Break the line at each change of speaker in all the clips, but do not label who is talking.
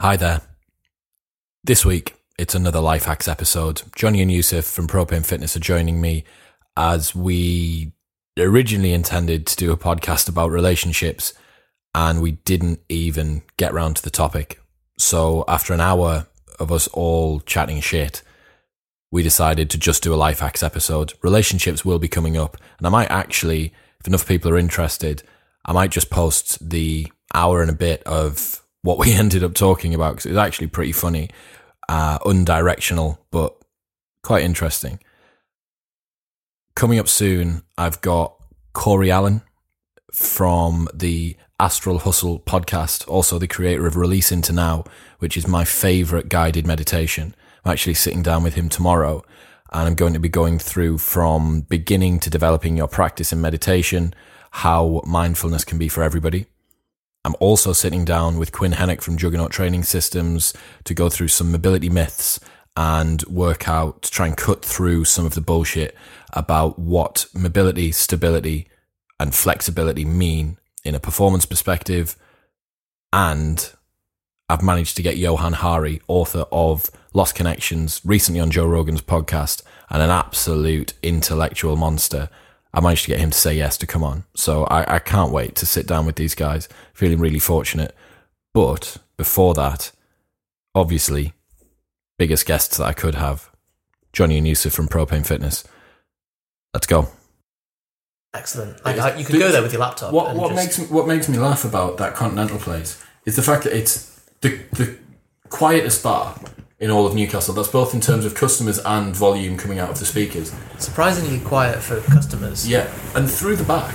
Hi there. This week, it's another Life Hacks episode. Johnny and Yusuf from Propane Fitness are joining me as we originally intended to do a podcast about relationships and we didn't even get round to the topic. So, after an hour of us all chatting shit, we decided to just do a life hacks episode. Relationships will be coming up, and I might actually, if enough people are interested, I might just post the hour and a bit of what we ended up talking about because it was actually pretty funny, uh, undirectional, but quite interesting. Coming up soon, I've got Corey Allen from the Astral Hustle podcast, also the creator of Release Into Now, which is my favorite guided meditation. I'm actually sitting down with him tomorrow and I'm going to be going through from beginning to developing your practice in meditation, how mindfulness can be for everybody. I'm also sitting down with Quinn Hennick from Juggernaut Training Systems to go through some mobility myths and work out, try and cut through some of the bullshit about what mobility, stability, and flexibility mean in a performance perspective. And I've managed to get Johan Hari, author of Lost Connections, recently on Joe Rogan's podcast, and an absolute intellectual monster. I managed to get him to say yes to come on. So I, I can't wait to sit down with these guys. Feeling really fortunate. But before that, obviously, biggest guests that I could have Johnny and Yusuf from Propane Fitness. Let's go.
Excellent. Like, I- you could go there with your laptop.
What
and
what
just-
makes me, what makes me laugh about that continental place is the fact that it's the the quietest bar in all of Newcastle. That's both in terms of customers and volume coming out of the speakers.
surprisingly quiet for customers.
Yeah, and through the back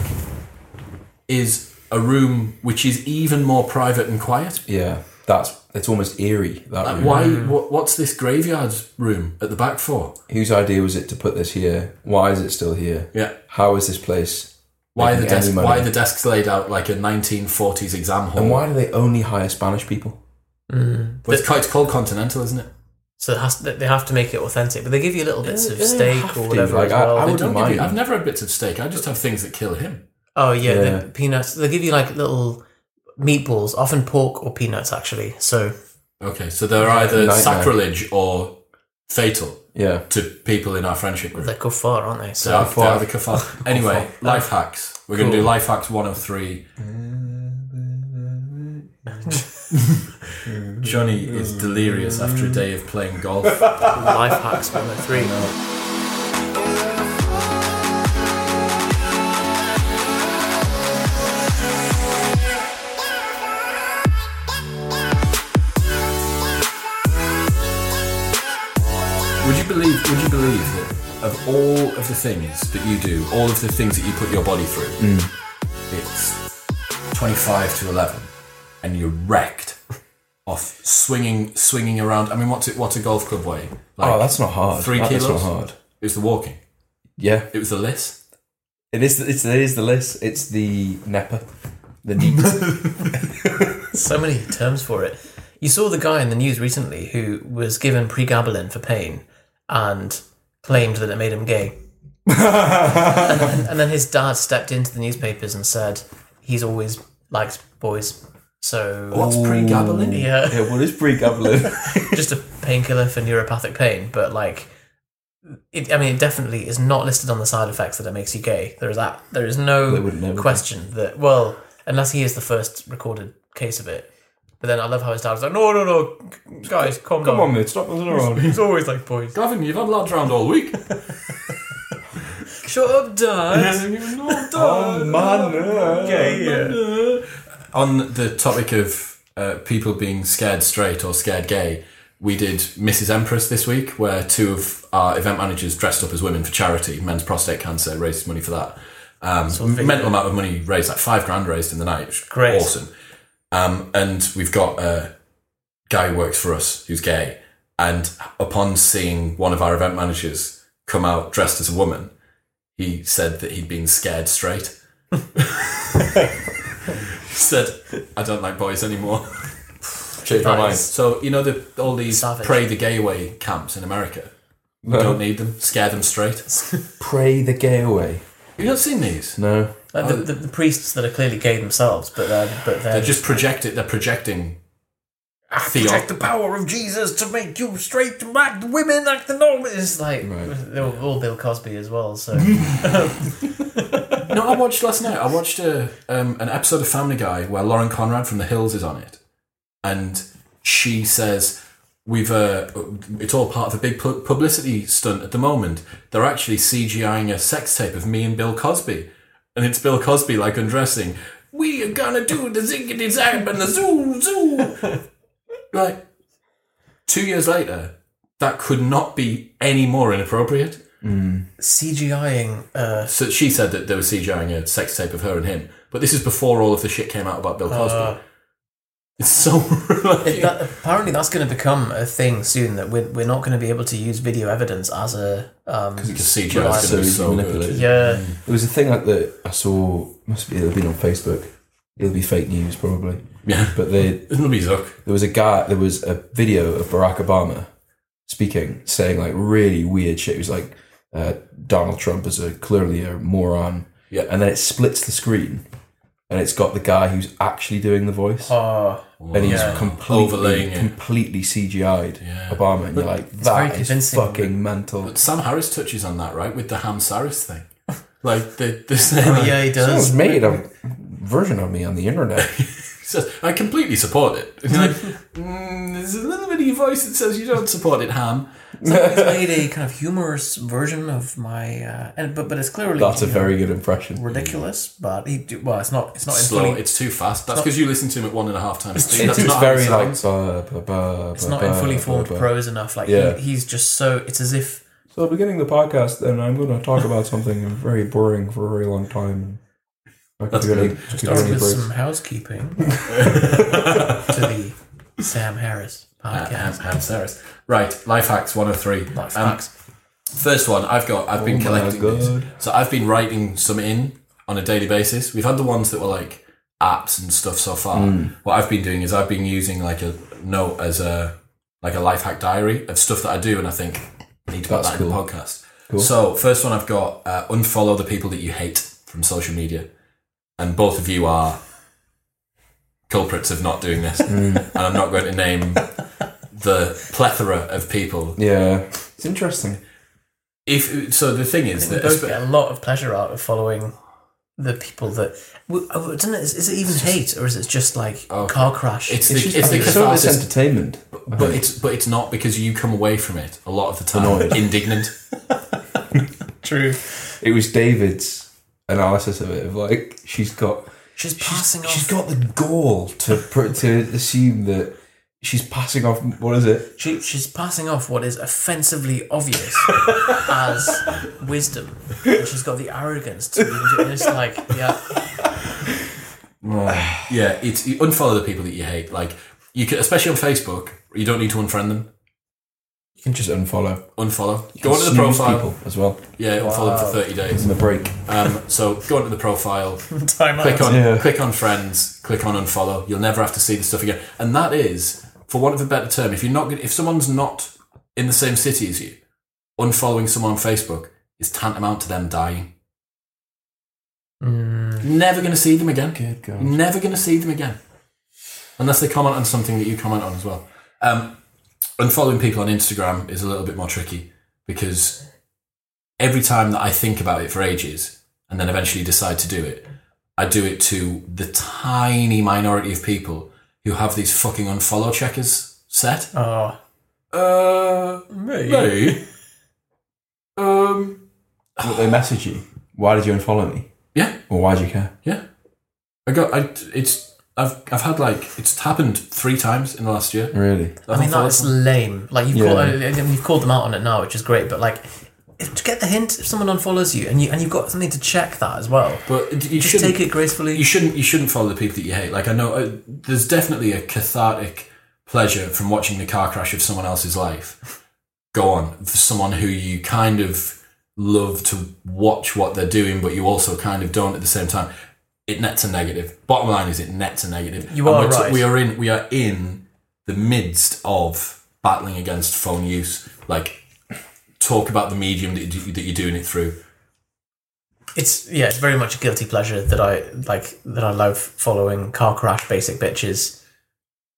is a room which is even more private and quiet.
Yeah, that's it's almost eerie. That
Like,
room.
why? What, what's this graveyard room at the back for?
Whose idea was it to put this here? Why is it still here?
Yeah.
How is this place?
Why are the
Making any
desk,
money.
Why are the desks laid out like a 1940s exam hall?
And why do they only hire Spanish people?
Well, it's, quite, it's called Continental, isn't it?
Mm. So it has, they have to make it authentic, but they give you little bits
Yeah,
of
they
steak
have
or
to,
whatever
like,
as
I-
well.
I
They
wouldn't
don't give you,
mind.
I've never had bits of steak. I just have things that kill him.
oh yeah,
Yeah.
the peanuts. They give you like little meatballs, often pork or peanuts actually. So
Okay, so they're either
Nightmare.
sacrilege or fatal
Yeah,
to people in our friendship group.
they're kuffar, aren't they? So uh,
They are, they are
Kafar.
the kafar. Anyway, life hacks. We're going to do life hacks 103. Johnny is
Mm.
delirious after a day of playing golf.
life hacks 103.
Would you believe? Would you believe that of all of the things that you do, all of the things that you put your body through,
Mm.
it's twenty-five to eleven, and you're wrecked off swinging, swinging around. I mean, what's it? What's a golf club weigh? Like,
Oh, that's not hard.
Three
That-
kilos.
That's not hard.
it was the walking.
Yeah,
It was the list.
it is. It's, it is the list. It's the Nepa, the neat.
So many terms for it. You saw the guy in the news recently who was given pregabalin for pain and claimed that it made him gay. and, and- and then his dad stepped into the newspapers and said he's always liked boys. So
What's pre-gabalin?
yeah,
yeah, what is pre-gabalin?
just a painkiller for neuropathic pain, but like it, I mean, it definitely is not listed on the side effects that it makes you gay. There is that. There is
They
no
wouldn't know.
question that. Well, unless he is the first recorded case of it. But then I love how his dad was like, "No, no, no, guys, calm down.
Come on, mate, stop messing around.
He's always like boys.
Gavin, you've had lads round all week.
Shut up, dad.
Oh man,
Gay, yeah.
On the topic of uh, people being scared straight or scared gay, we did Mrs. Empress this week, where two of our event managers dressed up as women for charity, men's prostate cancer, raised money for that. Um, mental amount of money raised, like five grand raised in the night. Which was
Great.
Awesome. Um, and we've got a guy who works for us who's gay. And upon seeing one of our event managers come out dressed as a woman, he said that he'd been scared straight said, "I don't like boys anymore."
Change my mind.
So you know the all these
Savage.
pray the gay away camps in America.
Uh-huh.
Don't need them. Scare them straight.
Pray the gay away.
Have you not seen these?
No.
Like the, the, the priests that are clearly gay themselves, but they're but they're,
They're just projected. They're projecting Theo.
the power of Jesus to make you straight black women like the norm. It's like
Right.
they were all Bill Cosby as well. So
No, I watched last night. I watched a, um, an episode of Family Guy where Lauren Conrad from The Hills is on it, and she says, "We've uh, it's all part of a big pu- publicity stunt at the moment. They're actually CGIing a sex tape of me and Bill Cosby, and it's Bill Cosby like undressing. We are gonna do the ziggity zap and the zoo zoo. like two years later, that could not be any more inappropriate."
CGIing. Uh,
So she said that they were CGIing a sex tape of her and him, but this is before all of the shit came out about Bill Cosby.
Uh.
it's so like,
that, apparently, that's going to become a thing soon. That we're, we're not going to be able to use video evidence as a um,
because CGI is going to be so good.
yeah.
There was a thing like that I saw, must be, it'll been on Facebook. It'll be fake news probably.
Yeah,
But they,
it'll be Zuck.
there was a guy, there was a video of Barack Obama speaking, saying like really weird shit. He was like, uh, Donald Trump is a clearly a moron.
Yeah.
And then it splits the screen and it's got the guy who's actually doing the voice.
Oh,
and he's
yeah.
completely,
Overlaying it.
completely CGI'd
Yeah.
Obama, and you're like,
very
that is
convincing.
fucking mental.
But Sam Harris touches on that right with the Ham Saris thing. Like the the same.
oh,
Oh,
yeah, he
Someone's
does.
made a version of me on the internet.
says, I completely support it. It's like, mm, there's a little bit of your voice that says you don't support it, Ham.
He's made a kind of humorous version of my, uh, and but but it's clearly
That's a
you know,
very good impression.
ridiculous. But he do- well, it's not. It's not in
Slow.
fully.
It's too fast. That's because you listen to him at one and a half times. speed.
It's,
That's
it's
not how
very
it
like. uh,
sounds.
It's not in fully formed prose enough. Like
Yeah.
he, he's just so. It's as if
So, beginning the podcast, then I'm going to talk about something very boring for a very long time. I could
That's
do any-
good.
could do
Start
any
with
breaks.
some housekeeping to the Sam Harris
Uh, Ham,
podcast.
Ham Saris. Right, life hacks 103.
Life
Um,
hacks.
First one I've got. I've
Oh
been
my
collecting
God.
these, so I've been writing some in on a daily basis. We've had the ones that were like apps and stuff so far.
Hmm.
What I've been doing is I've been using like a note as a like a life hack diary of stuff that I do, and I think I need to put
That's
that in the
cool.
podcast. So first one I've got uh, unfollow the people that you hate from social media, and both of you are culprits of not doing this, and
Hmm.
I'm not going to name. The plethora of people
Yeah, it's interesting.
if so the thing is
We
that
both get a lot of pleasure out of following the people that. w- I don't know, is, is it even hate or is it just like car crash?
it's the,
It's, just,
it's the
it's sort of this
catharsis,
entertainment.
but it's but it's not because you come away from it a lot of the time
Annoyed.
indignant
true.
It was David's analysis of it of like she's got
She's
she's-
passing off.
she's got the gall to pr- to assume that she's passing off. What is it?
she, she's passing off what is offensively obvious as wisdom. And she's got the arrogance to be it's like, yeah,
yeah it's you unfollow the people that you hate like you can especially on Facebook you don't need to unfriend them
You can just unfollow.
unfollow
You
go
can
onto the
snooze
profile
people as well.
yeah unfollow them for
Wow.
30 days
In the break,
um, so go onto the profile
time
click
out.
on
Yeah.
click on friends, click on unfollow. You'll never have to see the stuff again. And that is, for want of a better term, if you're not gonna- if someone's not in the same city as you, unfollowing someone on Facebook is tantamount to them dying.
Mm.
Never going to see them again.
Good God.
Never going to see them again, unless they comment on something that you comment on as well. Um, unfollowing people on Instagram is a little bit more tricky because every time that I think about it for ages and then eventually decide to do it, I do it to the tiny minority of people who have these fucking unfollow checkers set.
Oh,
Uh, me? Um,
But they message you. Why did you unfollow me?
yeah,
Or why did you care?
yeah. I got. I it's. I've I've had like it's happened three times in the last year.
Really?
I mean, that's lame. Like you've
Yeah.
called, I mean, you've called them out on it now, which is great. But like, if, to get the hint, if someone unfollows you and you and you've got something to check that as well,
But you
just
shouldn't.
take it gracefully.
You shouldn't. You shouldn't follow the people that you hate. Like I know, uh, there's definitely a cathartic pleasure from watching the car crash of someone else's life go on. For someone who you kind of love to watch what they're doing, but you also kind of don't at the same time. It nets a negative. Bottom line is, it nets a negative.
You
And
are
we're
right.
we are in. We are in the midst of battling against phone use. Like talk about the medium that, you, that you're doing it through.
It's yeah, it's very much a guilty pleasure that I like that I love following car crash basic bitches.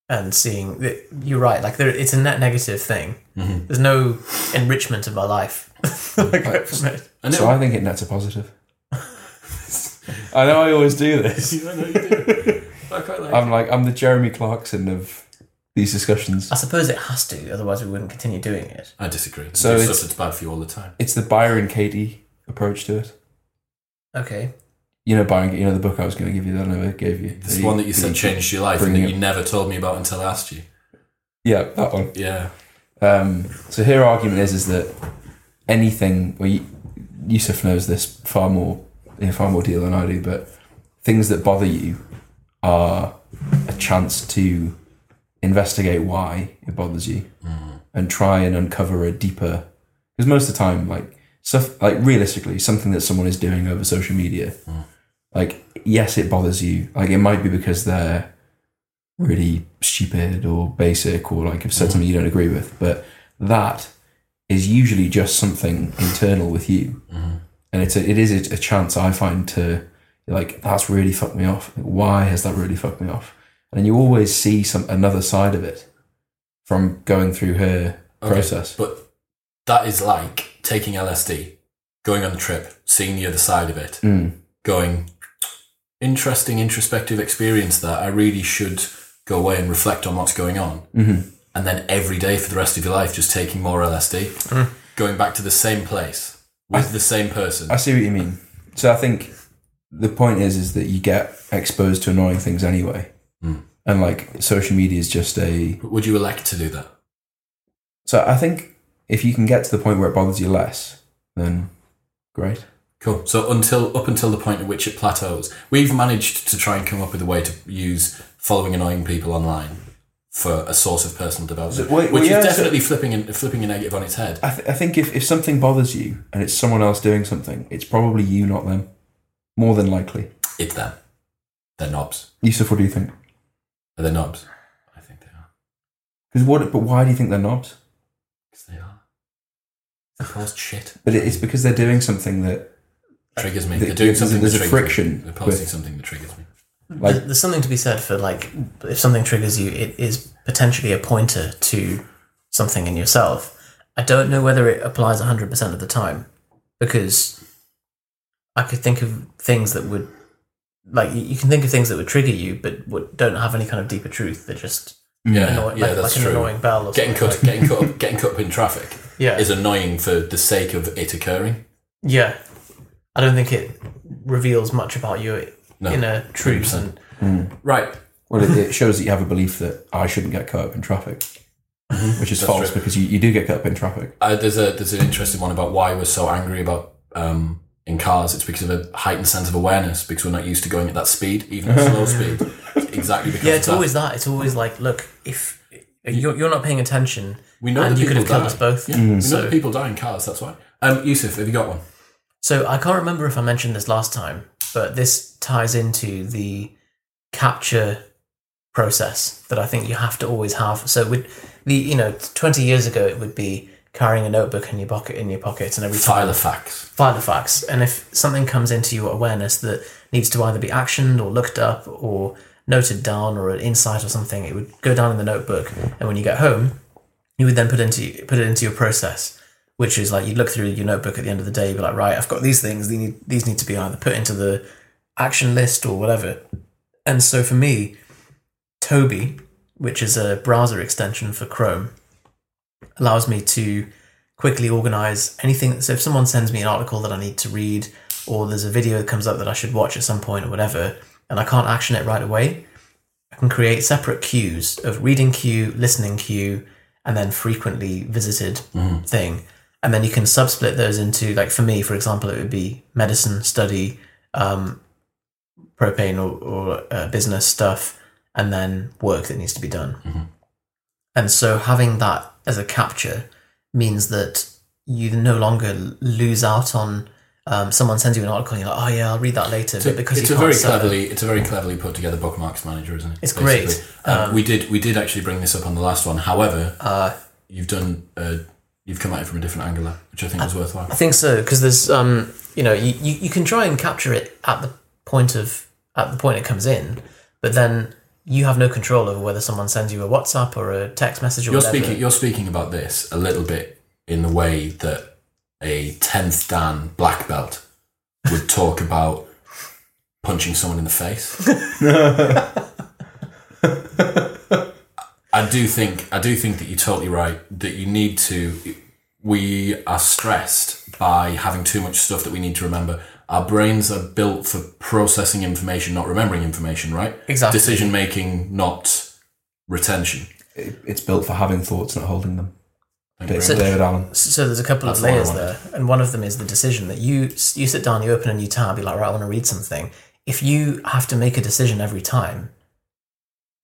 and seeing that you're right. Like there, it's a net negative thing.
Mm-hmm.
There's no enrichment of my life. Like, from it.
And
So I think it nets a positive. I know I always do this.
I know you do. I quite like.
I'm like I'm the Jeremy Clarkson of these discussions.
I suppose it has to, otherwise we wouldn't continue doing it.
I disagree.
So
So
it's-
stuff that's bad for you all the time.
It's the Byron Katie approach to it.
Okay.
You know Byron, you know the book I was going to give you that I never gave you.
This one that you said changed your life and
bringing
that you never told me about until I asked you.
Yeah, that one.
Yeah.
Um, so her argument is is that anything well, Y- Yusuf knows this far more in a far more deal than I do, but things that bother you are a chance to investigate why it bothers you and try and uncover a deeper because most of the time like stuff like realistically something that someone is doing over social media like yes it bothers you like it might be because they're really stupid or basic or like have said something you don't agree with but that is usually just something internal with you
Mm-hmm.
and it's a, it is a, a chance i find to like that's really fucked me off why has that really fucked me off and you always see some another side of it from going through her
Okay.
process
But that is like taking LSD, going on a trip, seeing the other side of it,
Mm.
going, interesting introspective experience that I really should go away and reflect on what's going on.
Mhm.
And then every day for the rest of your life, just taking more LSD,
Mm.
going back to the same place with the same person.
I see what you mean. So I think the point is is that you get exposed to annoying things anyway, and like social media is just a.
Would you elect to do that?
So I think if you can get to the point where it bothers you less, then great.
Cool. So until up until the point at which it plateaus, we've managed to try and come up with a way to use following annoying people online for a source of personal development,
So, wait,
which
well, yeah,
is
so-
definitely flipping and flipping a negative on its head.
I, th- I think if, if something bothers you and it's someone else doing something, it's probably you, not them. More than likely.
It's them. They're knobs.
Yusuf, what do you think?
Are they knobs? I think they are.
Because what? But why do you think they're knobs?
Because they are. They caused shit.
But it- it's because they're doing something that
Triggers me.
The-
They're doing
there's a-
something.
there's
that
a
triggers me.
friction
They're posting
with-
something that triggers me.
Like-
There- There's something to be said for like if something triggers you, it is potentially a pointer to something in yourself. I don't know whether it applies 100% of the time because I could think of things that would like you- you can think of things that would trigger you, but would, don't have any kind of deeper truth. They're just
Yeah,
annoying,
yeah,
like,
that's
like an
true.
annoying bell or
Getting
something.
cut, getting cut, up, getting cut up in traffic
Yeah,
is annoying for the sake of it occurring.
yeah. I don't think it reveals much about your
No,
inner truth.
100%.
And
Right.
well, it, it shows that you have a belief that I shouldn't get caught up in traffic, which is
Mm-hmm. That's
false
true.
because you, you do get caught up in traffic.
Uh, there's a there's an interesting one about why we're so angry about um, in cars. It's because of a heightened sense of awareness because we're not used to going at that speed, even at slow speed. Exactly because
yeah,
of
it's
that.
always that. It's always like, look, if you're, you're not paying attention,
we know
and
that
you could
people
have killed
die.
us both.
Yeah, we know
So-
that people die in cars. That's why. Um, Yusuf, have you got one?
So I can't remember if I mentioned this last time, but this ties into the capture process that I think you have to always have. So with the you know, twenty years ago it would be carrying a notebook in your pocket in your pocket and every time
File of facts.
file the facts. And if something comes into your awareness that needs to either be actioned or looked up or noted down or an insight or something, it would go down in the notebook. And when you get home, you would then put into put it into your process, which is like you look through your notebook at the end of the day, you'd be like, right, I've got these things. These need, these need to be either put into the action list or whatever. And so for me, Toby, which is a browser extension for Chrome, allows me to quickly organize anything. So if someone sends me an article that I need to read, or there's a video that comes up that I should watch at some point or whatever, and I can't action it right away, I can create separate queues of reading queue, listening queue, and then frequently visited
Mm-hmm.
thing. And then you can subsplit those into, like for me, for example, it would be medicine, study, um, propane or, or uh, business stuff, and then work that needs to be done.
Mm-hmm.
And so having that as a capture means that you no longer lose out on um, someone sends you an article and you're like, oh yeah, I'll read that later. but because
it's
you
a
can't
very
set them-
cleverly it's a very cleverly put together bookmarks manager, isn't it?
It's great.
Basically. Um, we did we did actually bring this up on the last one. However,
Uh,
you've done uh, you've come at it from a different angle, which I think was
I
worthwhile.
think so because there's um you know you, you, you can try and capture it at the point of at the point it comes in, but then you have no control over whether someone sends you a WhatsApp or a text message or
You're
whatever.
speaking. You're speaking about this a little bit in the way that a tenth dan black belt would talk about punching someone in the face. I do think. I do think that you're totally right. That you need to. We are stressed by having too much stuff that we need to remember. Our brains are built for processing information, not remembering information. Right?
Exactly.
Decision making, not retention.
It, it's built for having thoughts, not holding them.
Thank you
Bit
very
So-
David Allen.
So there's a couple
That's
of
what I
layers
wanted.
there, and one of them is the decision that you you sit down, you open a new tab, you're like, right, I want to read something. If you have to make a decision every time,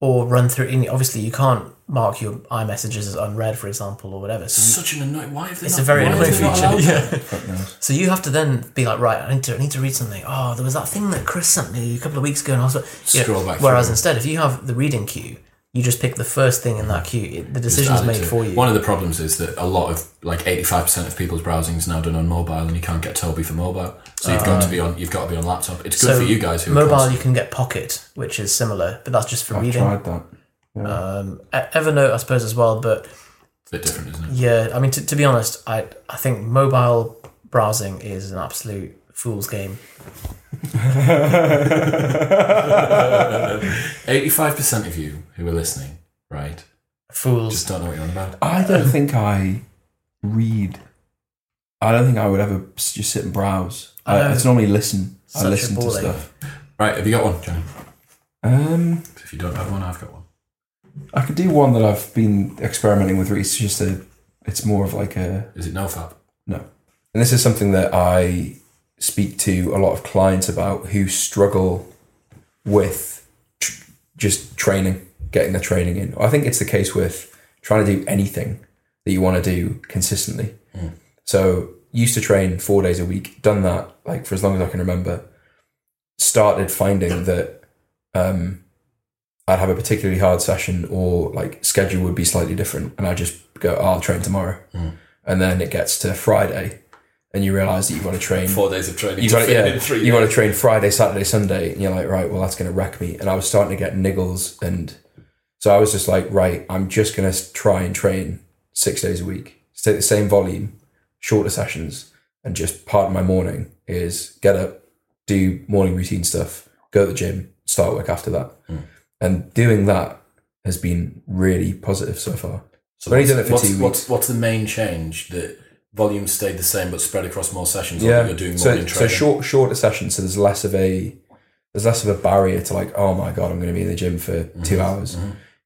or run through, and obviously you can't mark your iMessages as unread, for example, or whatever. So you,
such an annoying. Why have they?
It's
not-
a very
why have
annoying
they not
feature,
allowed
yeah.
that?
Fuck knows.
So you have to then be like, right, I need to, I need to read something. Oh, there was that thing that Chris sent me a couple of weeks ago, and I was like, you know,
Scroll back
Whereas
through.
instead, if you have the reading queue, you just pick the first thing in that queue. It, the
Just
decision's
added
made
to it.
for you.
One of the problems is that a lot of like eighty five percent of people's browsing is now done on mobile, and you can't get Toby for mobile. So you've got to be on. You've got to be on laptop. It's good
Uh, so
for you guys who Are
mobile,
constantly-
you can get Pocket, which is similar, but that's just for
I
reading.
tried that. Yeah.
Um, E- Evernote, I suppose, as well. But
it's a bit different, isn't it?
yeah, I mean, to, to be honest, I I think mobile browsing is an absolute fool's game.
Eighty five percent of you who are listening, right,
Fools.
just don't know what you're on about.
I don't think I read. I don't think I would ever s- just sit and browse. I,
I know.
it's normally listen.
Such
I
a
listen to
ball ache.
stuff.
Right, have you got one, Johnny?
Um,
'Cause If you don't have one, I've got one.
I could do one that I've been experimenting with. recently. It's just a. It's more of like a.
Is it nofap?
And this is something that I speak to a lot of clients about who struggle with tr- just training, getting their training in. I think it's the case with trying to do anything that you want to do consistently.
Mm.
So, used to train four days a week, done that like for as long as I can remember. Started finding that um, I'd have a particularly hard session or like schedule would be slightly different, and I just go, "Oh, I'll train tomorrow.
Mm.
And then it gets to Friday, and you realize that you've got to train
Four days of training.
you
to
got to,
fit
yeah,
in three
you got to
days.
train Friday, Saturday, Sunday, and you're like, right, well, that's going to wreck me. And I was starting to get niggles, and so I was just like, right, I'm just going to try and train six days a week, stay the same volume, shorter sessions, and just part of my morning is get up, do morning routine stuff, go to the gym, start work after that,
Mm.
and doing that has been really positive so far.
So
I've only
what's,
done it for
what's,
two
what's, what's the main change? That volume stayed the same but spread across more sessions. or that you're doing more
so,
in
so
training?
short shorter sessions so there's less of a there's less of a barrier to like oh my god i'm going to be in the gym for
Mm-hmm.
two hours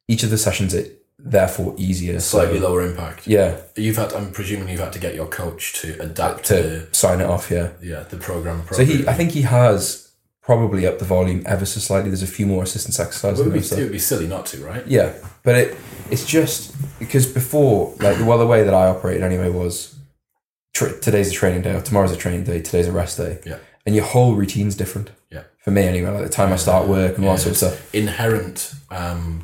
each of the sessions it therefore easier
slightly
so,
lower impact.
yeah
You've had, I'm presuming you've had to get your coach to adapt to,
to sign it off yeah
yeah the program.
so he i think he has probably upped the volume ever so slightly there's a few more assistance exercises
it would,
and
be,
stuff.
it would be silly not to, right?
Yeah, but it it's just because before, like, well, the way that I operated anyway was tr- today's a training day, or tomorrow's a training day, today's a rest day.
Yeah.
and your whole routine's different.
Yeah.
for me anyway, like the time I start work and all that sort of stuff.
Inherent um,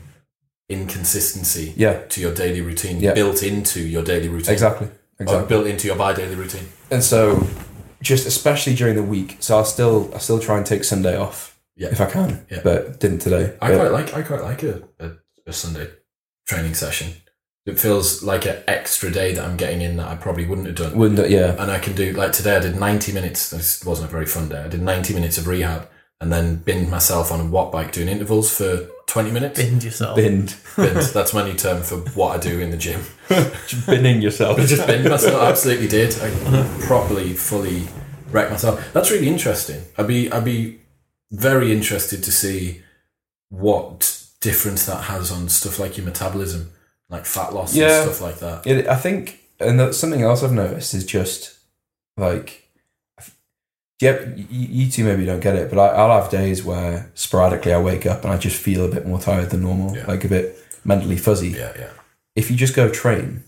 inconsistency
Yeah,
to your daily routine,
Yeah.
built into your daily routine,
exactly,
or
exactly.
built into your bi-daily routine.
And so, just especially during the week, so I'll still I still try and take Sunday off
Yeah.
if I can,
Yeah.
but didn't today.
I
But
quite like I quite like a, a, a Sunday training session. It feels like an extra day that I'm getting in that I probably wouldn't have done.
wouldn't it- yeah.
and I can do like today. I did ninety minutes. This wasn't a very fun day. I did ninety minutes of rehab, and then binned myself on a watt bike doing intervals for twenty minutes.
Binned yourself.
Binned,
Binned. That's my new term for what I do in the gym.
binning yourself.
I just binned myself. Absolutely did. I properly, fully wrecked myself. That's really interesting. I'd be, I'd be very interested to see what difference that has on stuff like your metabolism, like fat loss
Yeah.
and stuff like that.
It, I think, and that's something else I've noticed is just like, yep, you, you two maybe don't get it, but I, I'll have days where sporadically I wake up and I just feel a bit more tired than normal,
Yeah.
like a bit mentally fuzzy.
Yeah, yeah.
If you just go train,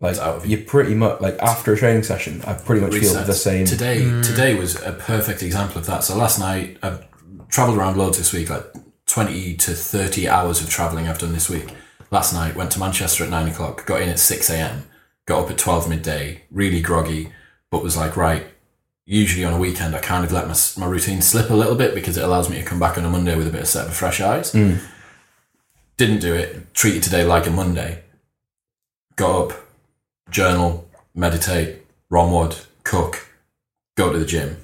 like
It's out of you.
you're pretty much like after a training session, I pretty much feel
resets.
the same.
Today, today was a perfect example of that. So last night, I've travelled around loads this week, like twenty to thirty hours of travelling I've done this week. Last night, went to Manchester at nine o'clock, got in at six a.m., got up at twelve midday, really groggy, but was like, right. Usually on a weekend, I
Mm.
kind of let my, my routine slip a little bit because it allows me to come back on a Monday with a bit of set of fresh eyes. didn't do it, treated today like a Monday. Got up, journal, meditate, romwood, cook, go to the gym.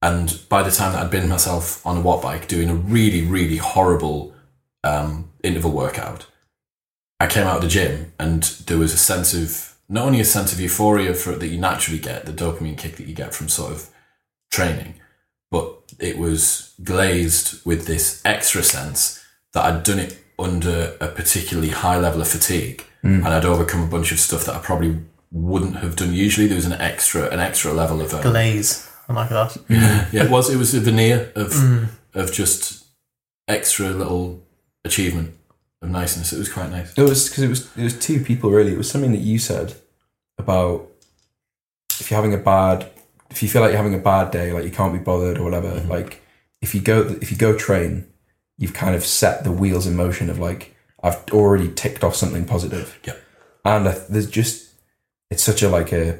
And by the time that I'd been myself on a watt bike doing a really, really horrible um, interval workout, I came out of the gym and there was a sense of not only a sense of euphoria for that you naturally get, the dopamine kick that you get from sort of training, but it was glazed with this extra sense that I'd done it under a particularly high level of fatigue and I'd overcome a bunch of stuff that I probably wouldn't have done usually. There was an extra an extra level of um,
Glaze. Oh I like that.
yeah, it was it was a veneer of
Mm.
of just extra little achievement of niceness. It was quite nice.
It was because it was it was two people really. It was something that you said about if you're having a bad, if you feel like you're having a bad day, like you can't be bothered or whatever. Like if you go if you go train, you've kind of set the wheels in motion of like I've already ticked off something positive.
Yeah.
and I, there's just it's such a like a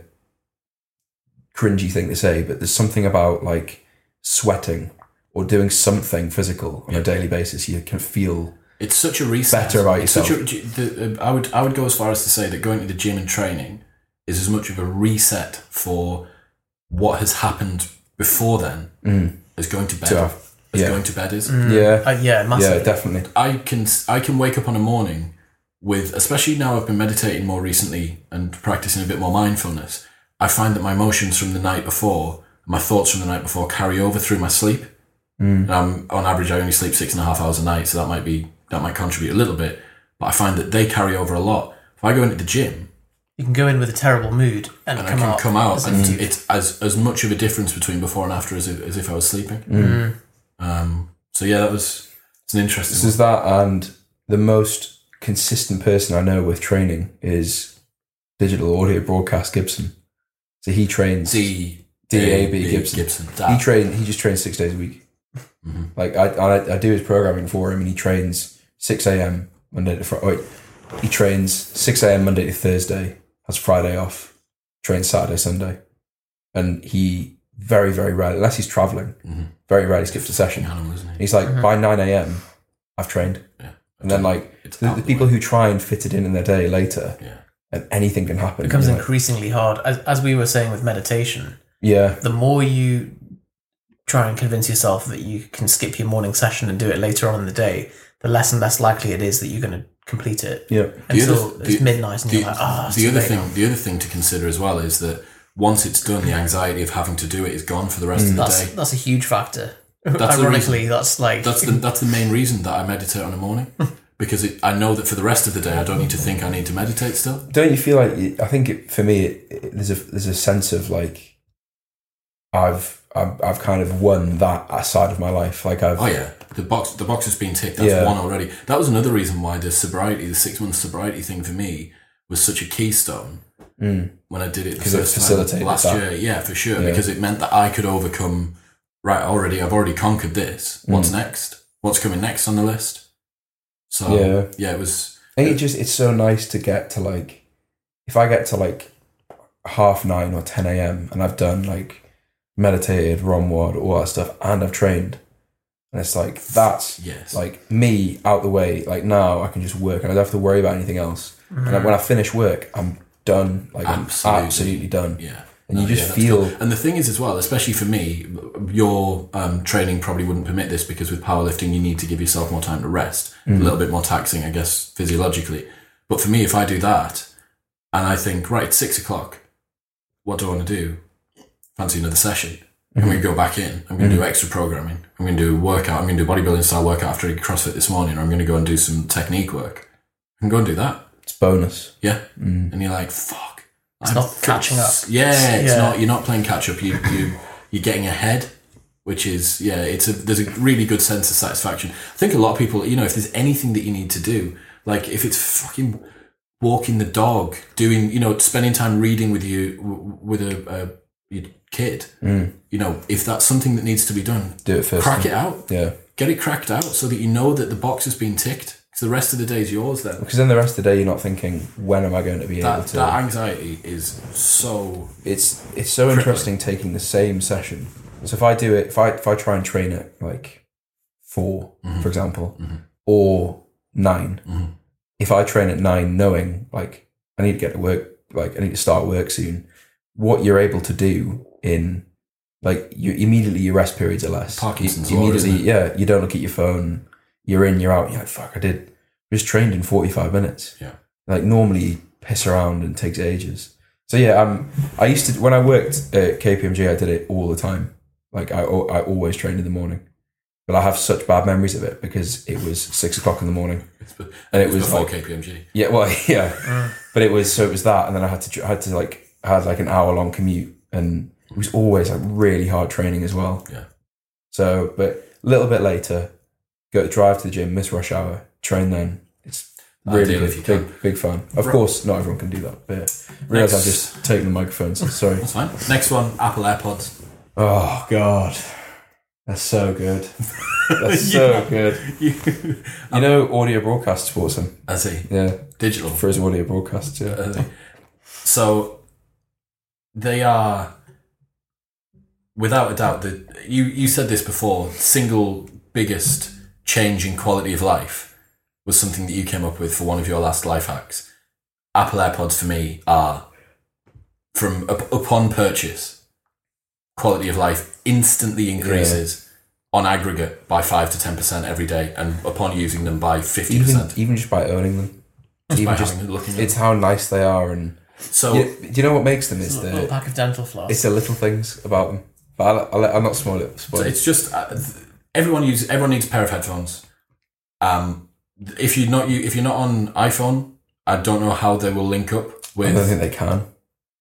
cringy thing to say, but there's something about like sweating or doing something physical on a daily basis. You can feel
It's such a reset.
Better about
It's Such a, the, uh, I would I would go as far as to say that going to the gym and training is as much of a reset for what has happened before then as going to bed.
Mm. to have
as
yeah. Mm.
going to bed is.
yeah
Uh, yeah,
yeah
massive.
definitely.
I can I can wake up on a morning with especially now I've been meditating more recently and practicing a bit more mindfulness. I find that my emotions from the night before, my thoughts from the night before, carry over through my sleep.
Mm.
And I'm on average, I only sleep six and a half hours a night, so that might be that might contribute a little bit. But I find that they carry over a lot. If I go into the gym
You can go in with a terrible mood and,
and
come,
I can
out
come out,
as
and
if you-
it's as as much of a difference between before and after as if, as if I was sleeping. Um, so yeah, that was it's an interesting.
This is that, and the most consistent person I know with training is digital audio broadcast Gibson. So he trains.
D
DAB Gibson.
That-
he train. He just trains six days a week. Like I, I, I do his programming for him, and he trains six a.m. Monday to Friday. Wait, he trains six a.m. Monday to Thursday. Has Friday off. Trains Saturday, Sunday, and he very, very rarely, unless he's traveling, very rarely skips a session.
animal, isn't
And
he?
He's like, by 9 a.m., I've trained.
Yeah.
And then, like,
It's
the,
out
the
the
people who try and fit it in in their day later,
Yeah.
and anything can happen.
becomes
You're like,
increasingly hard. As, as we were saying with meditation,
yeah,
the more you try and convince yourself that you can skip your morning session and do it later on in the day, the less and less likely it is that you're going to complete it
yeah.
The
until
other-
it's
the-
midnight and
The,
you're like, ah,
the other thing, the other thing to consider as well is that once it's done, the anxiety of having to do it is gone for the rest of the
That's
day.
that's a huge factor.
the
Ironically, that's like
That's the that's the main reason that I meditate on a morning because it, I know that for the rest of the day I don't need to think I need to meditate still.
Don't you feel like, it, I think it, for me, it, it- there's, a, there's a sense of like, I've, I've, I've kind of won that side of my life. Like, I've,
Oh yeah, the box the box has been ticked. That's
Yeah.
one already. That was another reason why the sobriety, the six month sobriety thing for me was such a keystone
Mm.
when I did it the
'Cause it
first time
facilitated
last
that.
year. Yeah, for sure,
Yeah.
because it meant that I could overcome. Right, already, I've already conquered this. What's
Mm.
next? What's coming next on the list? So yeah,
Yeah.
it was.
I think it just it's so nice to get to like if I get to like half nine or ten AM and I've done like meditated, romwad, all that stuff, and I've trained. And it's like that's
Yes.
like me out the way, like now I can just work and I don't have to worry about anything else. And like, when I finish work, I'm done. Like
Absolutely.
I'm absolutely done.
Yeah.
And you
No,
just
yeah, that's
feel
cool. And the thing is, as well, especially for me, your um, training probably wouldn't permit this because with powerlifting, you need to give yourself more time to rest,
Mm-hmm.
a little bit more taxing, I guess, physiologically. But for me, if I do that and I think, right, six o'clock, what do I want to do? Fancy another session. I'm
Mm-hmm.
going to go back in. I'm going to do extra programming. I'm going to do a workout. I'm going to do a bodybuilding style workout after I did CrossFit this morning, or I'm going to go and do some technique work. I can go and do that.
it's bonus.
Yeah. And you're like, fuck. It's
Mm. not catching up.
Yeah, it's
Yeah.
not. You're not playing catch up. You you you're getting ahead, which is yeah. It's a there's a really good sense of satisfaction. I think a lot of people, you know, if there's anything that you need to do, like if it's fucking walking the dog, doing you know, spending time reading with you w- with a, a your kid,
Mm.
you know, if that's something that needs to be done,
Do it first.
crack it out,
Yeah.
get it cracked out, so that you know that the box has been ticked. Because the rest of the day is yours then.
Because then the rest of the day you're not thinking, when am I going to be able
That,
to
that anxiety is so
it's it's so interesting taking the same session. So if I do
Mm-hmm.
it, if I if I try and train it like 4 for example, or 9
Mhm.
if I train at nine, knowing like I need to get to work, like I need to start work soon, what you're able to do in like you immediately your rest periods are less.
Parkinson's
you,
law,
immediately,
isn't
yeah, you don't look at your phone. You're in, you're out. You're like, fuck, I did. I just trained in 45 minutes.
Yeah.
Like normally piss around and takes ages. So yeah, um, I used to when I worked at KPMG, I did it all the time. Like I, al- I always trained in the morning, but I have such bad memories of it because it was six o'clock in the morning. And it was
before
like-
KPMG.
Yeah, well, yeah,
Mm.
but it was so it was that, and then I had to I had to like I had like an hour long commute, and it was always like really hard training as well.
Yeah.
So, but a little bit later, go drive to the gym, miss rush hour, train then. It's really
Ideal
good,
if you
big big fun. Of
Right.
course, not everyone can do that, but realize I've
Next.
just taken the microphone. So sorry.
That's fine. Next one, Apple AirPods.
Oh God, that's so good. That's so good. You know, audio broadcasts bought some.
I see.
Yeah,
Digital.
for his audio broadcasts. Yeah.
I see. So they are, without a doubt, the, you, you said this before, single biggest change in quality of life was something that you came up with for one of your last life hacks. Apple AirPods for me are, from up, upon purchase, quality of life instantly increases on aggregate by 5 to 10% every day and upon using them by 50%.
even even just by owning them, even
by
just
having, looking at
it's how nice they are, and
So
you, do you know what makes them is
A little
the
pack of dental floss.
it's the little things about them. But I'll, I'll, let- I'll not spoil it. Spoil
So
it.
it's just uh, th- everyone uses everyone needs a pair of headphones. Um, th- if you're not you, if you're not on iPhone, I don't know how they will link up
I don't
with.
think they can.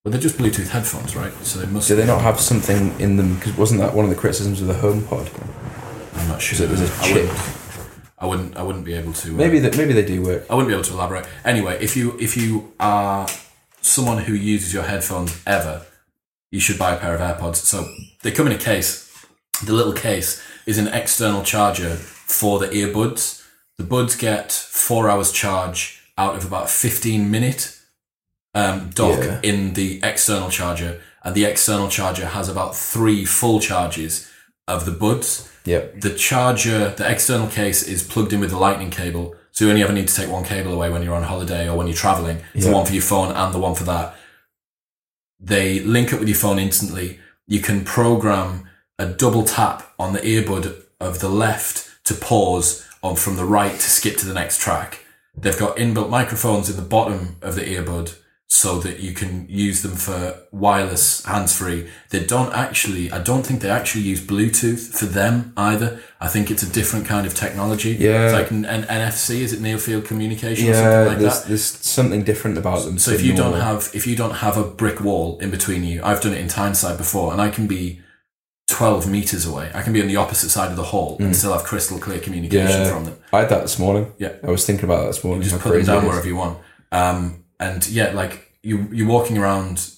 But they're just Bluetooth headphones, right? So they must.
Do they not have something in them? Because wasn't that one of the criticisms of the HomePod?
I'm not sure.
it was a
I
chip.
wouldn't, I wouldn't. I wouldn't be able to. uh,
Maybe that maybe they do work.
I wouldn't be able to elaborate. Anyway, if you if you are someone who uses your headphones ever, you should buy a pair of AirPods. So they come in a case. The little case is an external charger for the earbuds. The buds get four hours charge out of about fifteen minute um, dock
Yeah.
in the external charger, and the external charger has about three full charges of the buds
Yep.
the charger, the external case is plugged in with the lightning cable. So you only ever need to take one cable away when you're on holiday or when you're traveling. It's
Yeah.
the one for your phone and the one for that. They link up with your phone instantly. You can program a double tap on the earbud of the left to pause on from the right to skip to the next track. They've got inbuilt microphones in the bottom of the earbud so that you can use them for wireless hands free. They don't actually, I don't think they actually use Bluetooth for them either. I think it's a different kind of technology.
Yeah.
It's like an, an NFC, is it near field communication or
Yeah.
something like
there's,
that?
there's something different about them.
So
to
if you don't
normal.
have if you don't have a brick wall in between you, I've done it in Tyneside before, and I can be twelve meters away. I can be on the opposite side of the hall and still have crystal clear communication
Yeah.
from them.
I had that this morning.
Yeah.
I was thinking about that this morning.
just
how
put them
crazy
down
it is.
wherever you want. Um, and yeah, like you, you're walking around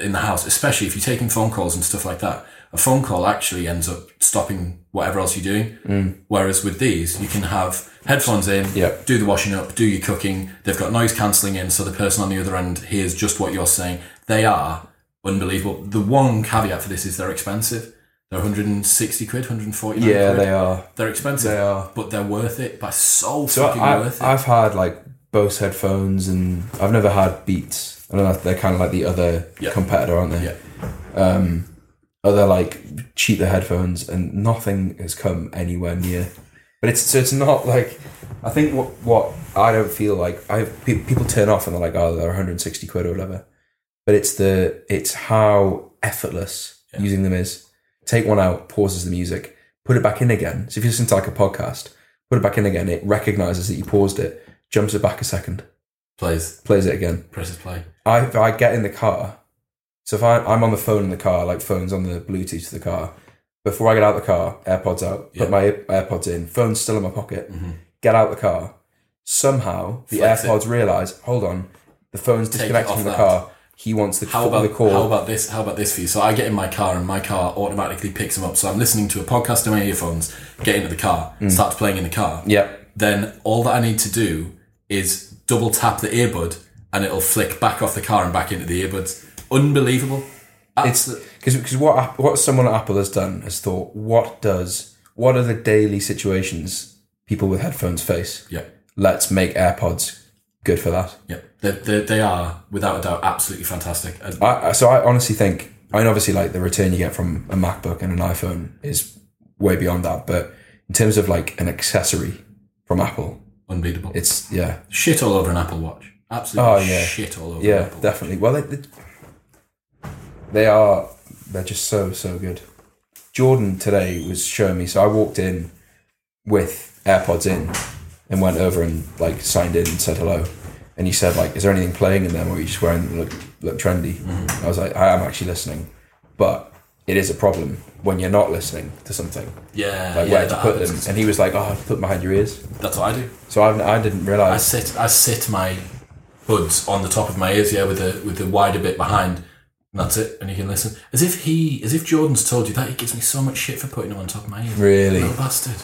in the house, especially if you're taking phone calls and stuff like that. A phone call actually ends up stopping whatever else you're doing. Whereas with these, you can have headphones in,
Mm. Yeah.
do the washing up, do your cooking. They've got noise cancelling in, so the person on the other end hears just what you're saying. They are unbelievable. The one caveat for this is they're expensive. They're 160 quid, 149
Yeah,
quid.
they are.
They're expensive,
They are.
but they're worth it. But so,
So
fucking
I,
worth it.
I've had like Bose headphones, and I've never had Beats. I don't know. They're kind of like the other
Yeah.
competitor, aren't they? Um, other like cheaper headphones, and nothing has come anywhere near. But it's so it's not like I think what what I don't feel like I pe- people turn off and they're like oh they're 160 quid or whatever, but it's the it's how effortless using them is. Take one out, pauses the music, put it back in again. So if you listen to like a podcast, put it back in again. It recognizes that you paused it, jumps it back a second,
Plays.
plays it again.
presses play.
I if I get in the car, so if I, I'm on the phone in the car, like phones on the Bluetooth to the car, before I get out the car, AirPods out,
Yeah.
put my Air- AirPods in, phone's still in my pocket,
Mhm.
get out the car. Somehow the
Flex it.
AirPods realise, hold on, the phone's
Take it
disconnected
off
from the
that.
car. He wants the,
How about
the call.
how about this? How about this for you? So I get in my car and my car automatically picks them up. So I'm listening to a podcast in my earphones, get into the car,
Mm.
starts playing in the car.
yeah,
Then all that I need to do is double tap the earbud and it'll flick back off the car and back into the earbuds. Unbelievable.
it's because what App- what someone at Apple has done has thought, what does what are the daily situations people with headphones face?
yeah.
let's make AirPods good for that.
Yep. They, they, they are, without a doubt, absolutely fantastic. And
I, I- so I honestly think, I mean, obviously, like the return you get from a MacBook and an iPhone is way beyond that, but in terms of like an accessory from Apple,
unbeatable.
it's yeah,
shit all over an Apple Watch. Absolutely
Oh, yeah.
shit all over an
yeah,
Apple
definitely. Well, they, they, they are, they're just so so good. Jordan today was showing me, so I walked in with AirPods in and went over and like signed in and said hello. And he said like, "Is there anything playing in them, or are you just wearing them to look look trendy?"
Mm-hmm.
I was like, "I am actually listening, but it is a problem when you're not listening to something,
Watch. Yeah.
like
yeah,
where to
that
put them."
happens.
And he was like, "Oh, put them behind your ears."
That's what I do.
So I've, I didn't
I
realize.
sit I sit my buds on the top of my ears, yeah, with the with the wider bit behind, and that's it. And you can listen. As if he, as if Jordan's told you that, he gives me so much shit for putting them on top of my ears.
Really?
little bastard.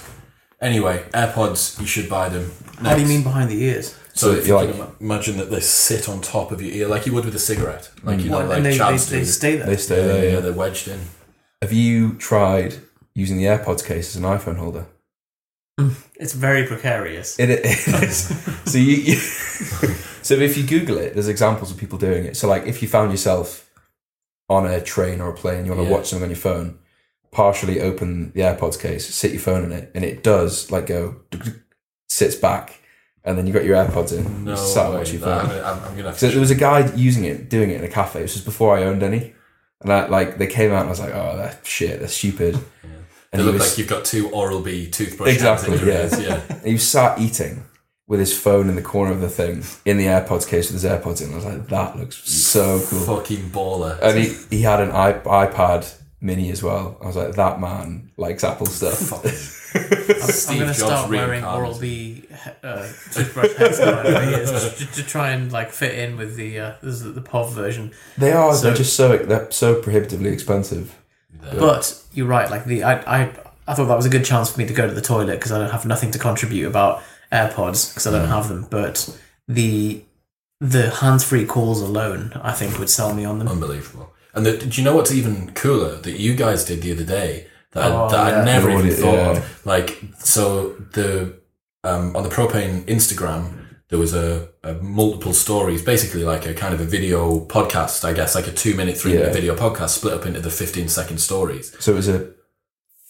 Anyway, AirPods, you should buy them.
What do you
Next.
mean behind the ears?
So,
So
if
you
you
like-
can ima- imagine that they sit on top of your ear, like you would with a cigarette, like you know,
Mm. What,
like
and they, they,
Chad's
they
do.
stay there.
They stay there.
yeah,
yeah.
yeah, they're wedged in.
Have you tried using the AirPods case as an iPhone holder?
It's very precarious.
It, it is. so you, you so if you Google it, there's examples of people doing it. So like if you found yourself on a train or a plane, you want to
Yeah.
watch something on your phone, partially open the AirPods case, sit your phone in it, and it does like go sits back, and then you got your AirPods in,
No,
you just sat and
way,
watch your
no, I'm,
phone.
gonna, I'm, I'm gonna have
So
to.
there was a guy using it, doing it in a cafe. This was before I owned any, and I like they came out and I was like, oh, that shit, that's stupid.
They
he
look
was-
like you've got two Oral B toothbrushes.
Exactly, yeah.
yeah.
And he was sat eating with his phone in the corner of the thing in the AirPods case with his AirPods in. I was like, that looks so cool.
Fucking baller.
And he, he had an iP- iPad mini as well. I was like, that man likes Apple stuff.
Fucking
I'm
Steve
going
Jobs
to start wearing
reincarnated.
Oral B uh, toothbrush heads behind my ears to, to- to try and like fit in with the uh, this is the POV version.
They are,
So-
they're just so, they're so prohibitively expensive.
But you're right. Like the I, I I thought that was a good chance for me to go to the toilet because I don't have nothing to contribute about AirPods because I don't have them. But the the hands free calls alone, I think, would sell me on them.
Unbelievable. And the, do you know what's even cooler that you guys did the other day that,
Oh,
I, that
yeah.
I never
Yeah,
even
yeah.
thought of? Like, so the um, on the propane Instagram there was a, a multiple stories, basically like a kind of a video podcast, I guess, like a two minute, three minute
Yeah.
video podcast split up into the fifteen second stories.
So it was a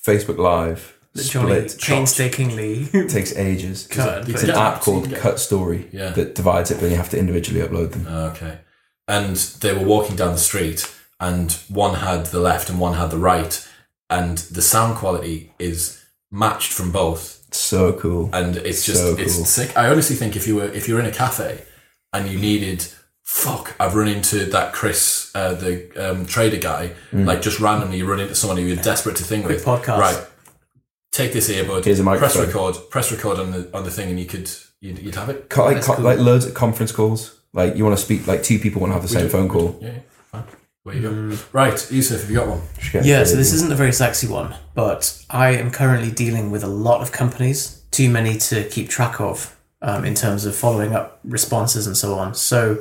Facebook Live
That Johnny
split.
painstakingly
It takes ages.
cut.
it's
but-
It's an
Yeah.
app called
Yeah.
Cut Story
Yeah.
that divides it, but then you have to individually upload them.
Okay. And they were walking down the street, and one had the left and one had the right, and the sound quality is matched from both.
It's so cool.
and it's just
So
it's
cool.
sick. I honestly think if you were if you're in a cafe and you needed fuck, I've run into that Chris, uh, the um, trader guy,
Mm.
like just randomly you run into someone who you're desperate to thing with.
podcast.
right? Take this earbud,
Here's a
press
microphone.
record, press record on the on the thing, and you could you'd, you'd have it.
Co- like,
That's
co-
cool.
like loads of conference calls. Like you want to speak, like two people want to have the same
do-
phone call.
Yeah, yeah, fine. Where you go? Right, Yusuf, have you got one?
Just get
Yeah,
it.
so this isn't a very sexy one, but I am currently dealing with a lot of companies, too many to keep track of um, in terms of following up responses and so on. So,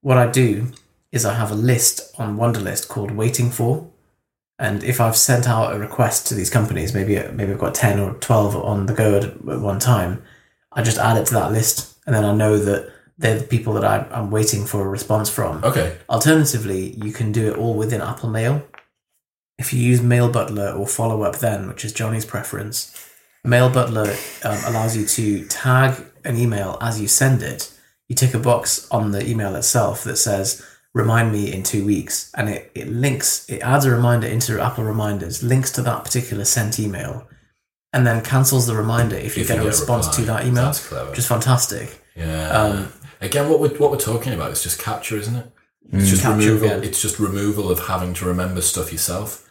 what I do is I have a list on Wonderlist called Waiting For. And if I've sent out a request to these companies, maybe maybe I've got 10 or 12 on the go at, at one time, I just add it to that list. And then I know that they're the people that I, I'm waiting for a response from.
Okay,
Alternatively, you can do it all within Apple Mail. If you use Mail Butler or Follow Up Then, which is Johnny's preference, Mail Butler um, allows you to tag an email as you send it. You tick a box on the email itself that says, Remind me in two weeks. And it, it links, it adds a reminder into Apple Reminders, links to that particular sent email, and then cancels the reminder if you
If
get
you
a
get a
response to
reply.
that email.
That's clever.
Which is fantastic.
yeah.
Um,
Again, what we're what we're talking about is just capture, isn't it? It's just
Mm. Capture,
removal.
yeah.
It's just removal of having to remember stuff yourself.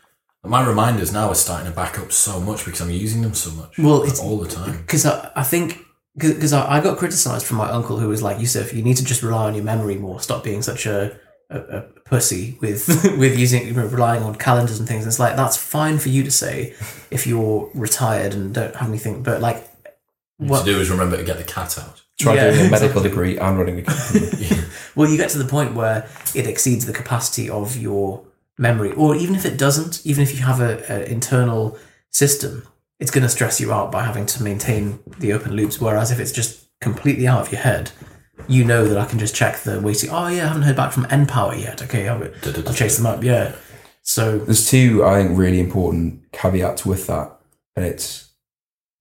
And my reminders now are starting to back up so much because I'm using them so much.
Well,
Like,
it's-
all the time.
because I, I think because I, I got criticised from my uncle who was like, Yusuf, you need to just rely on your memory more. Stop being such a, a, a pussy with with using relying on calendars and things. it's like that's fine for you to say if you're retired and don't have anything, but like
What
what?
to do is remember to get the cat out.
Try
Yeah,
doing a medical
exactly.
degree and running a company.
Well, you get to the point where it exceeds the capacity of your memory, or even if it doesn't, even if you have a, a internal system, it's going to stress you out by having to maintain the open loops. Whereas if it's just completely out of your head, you know that I can just check the waiting. Oh yeah, I haven't heard back from N Power yet. Okay, I'll, I'll chase them up. Yeah. So
There's two, I think, really important caveats with that, and it's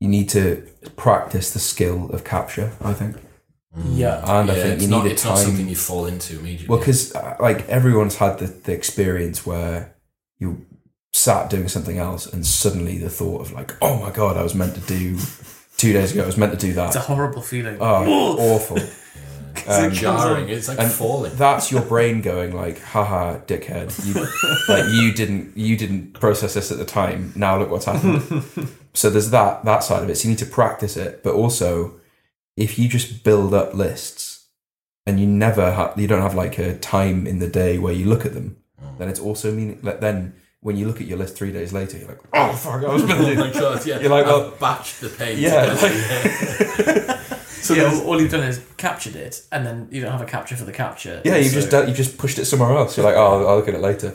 you need to practice the skill of capture. I think.
yeah,
and I
Mm. Yeah,
think
it's
you
not,
need a
it's not
time.
something you fall into immediately.
Well, because like everyone's had the, the experience where you sat doing something else, and suddenly the thought of like, oh my god, I was meant to do two days ago, I was meant to do that.
it's a horrible feeling.
Oh, uh, awful.
it's jarring. It's like falling.
That's your brain going like, haha, dickhead. You, like you didn't you didn't process this at the time. Now look what's happened. so there's that that side of it. So you need to practice it, but also if you just build up lists and you never have you don't have like a time in the day where you look at them,
Mm.
then it's also meaning like then when you look at your list three days later, you're like, oh fuck, I was gonna
oh
do
my god! Yeah,
You're like, well-
I've batched the page.
Yeah,
so yeah, all you've done is captured it, and then you don't have a capture for the capture.
Yeah, you've
So-
just done, you've just pushed it somewhere else. You're like, oh, I'll- I'll look at it later.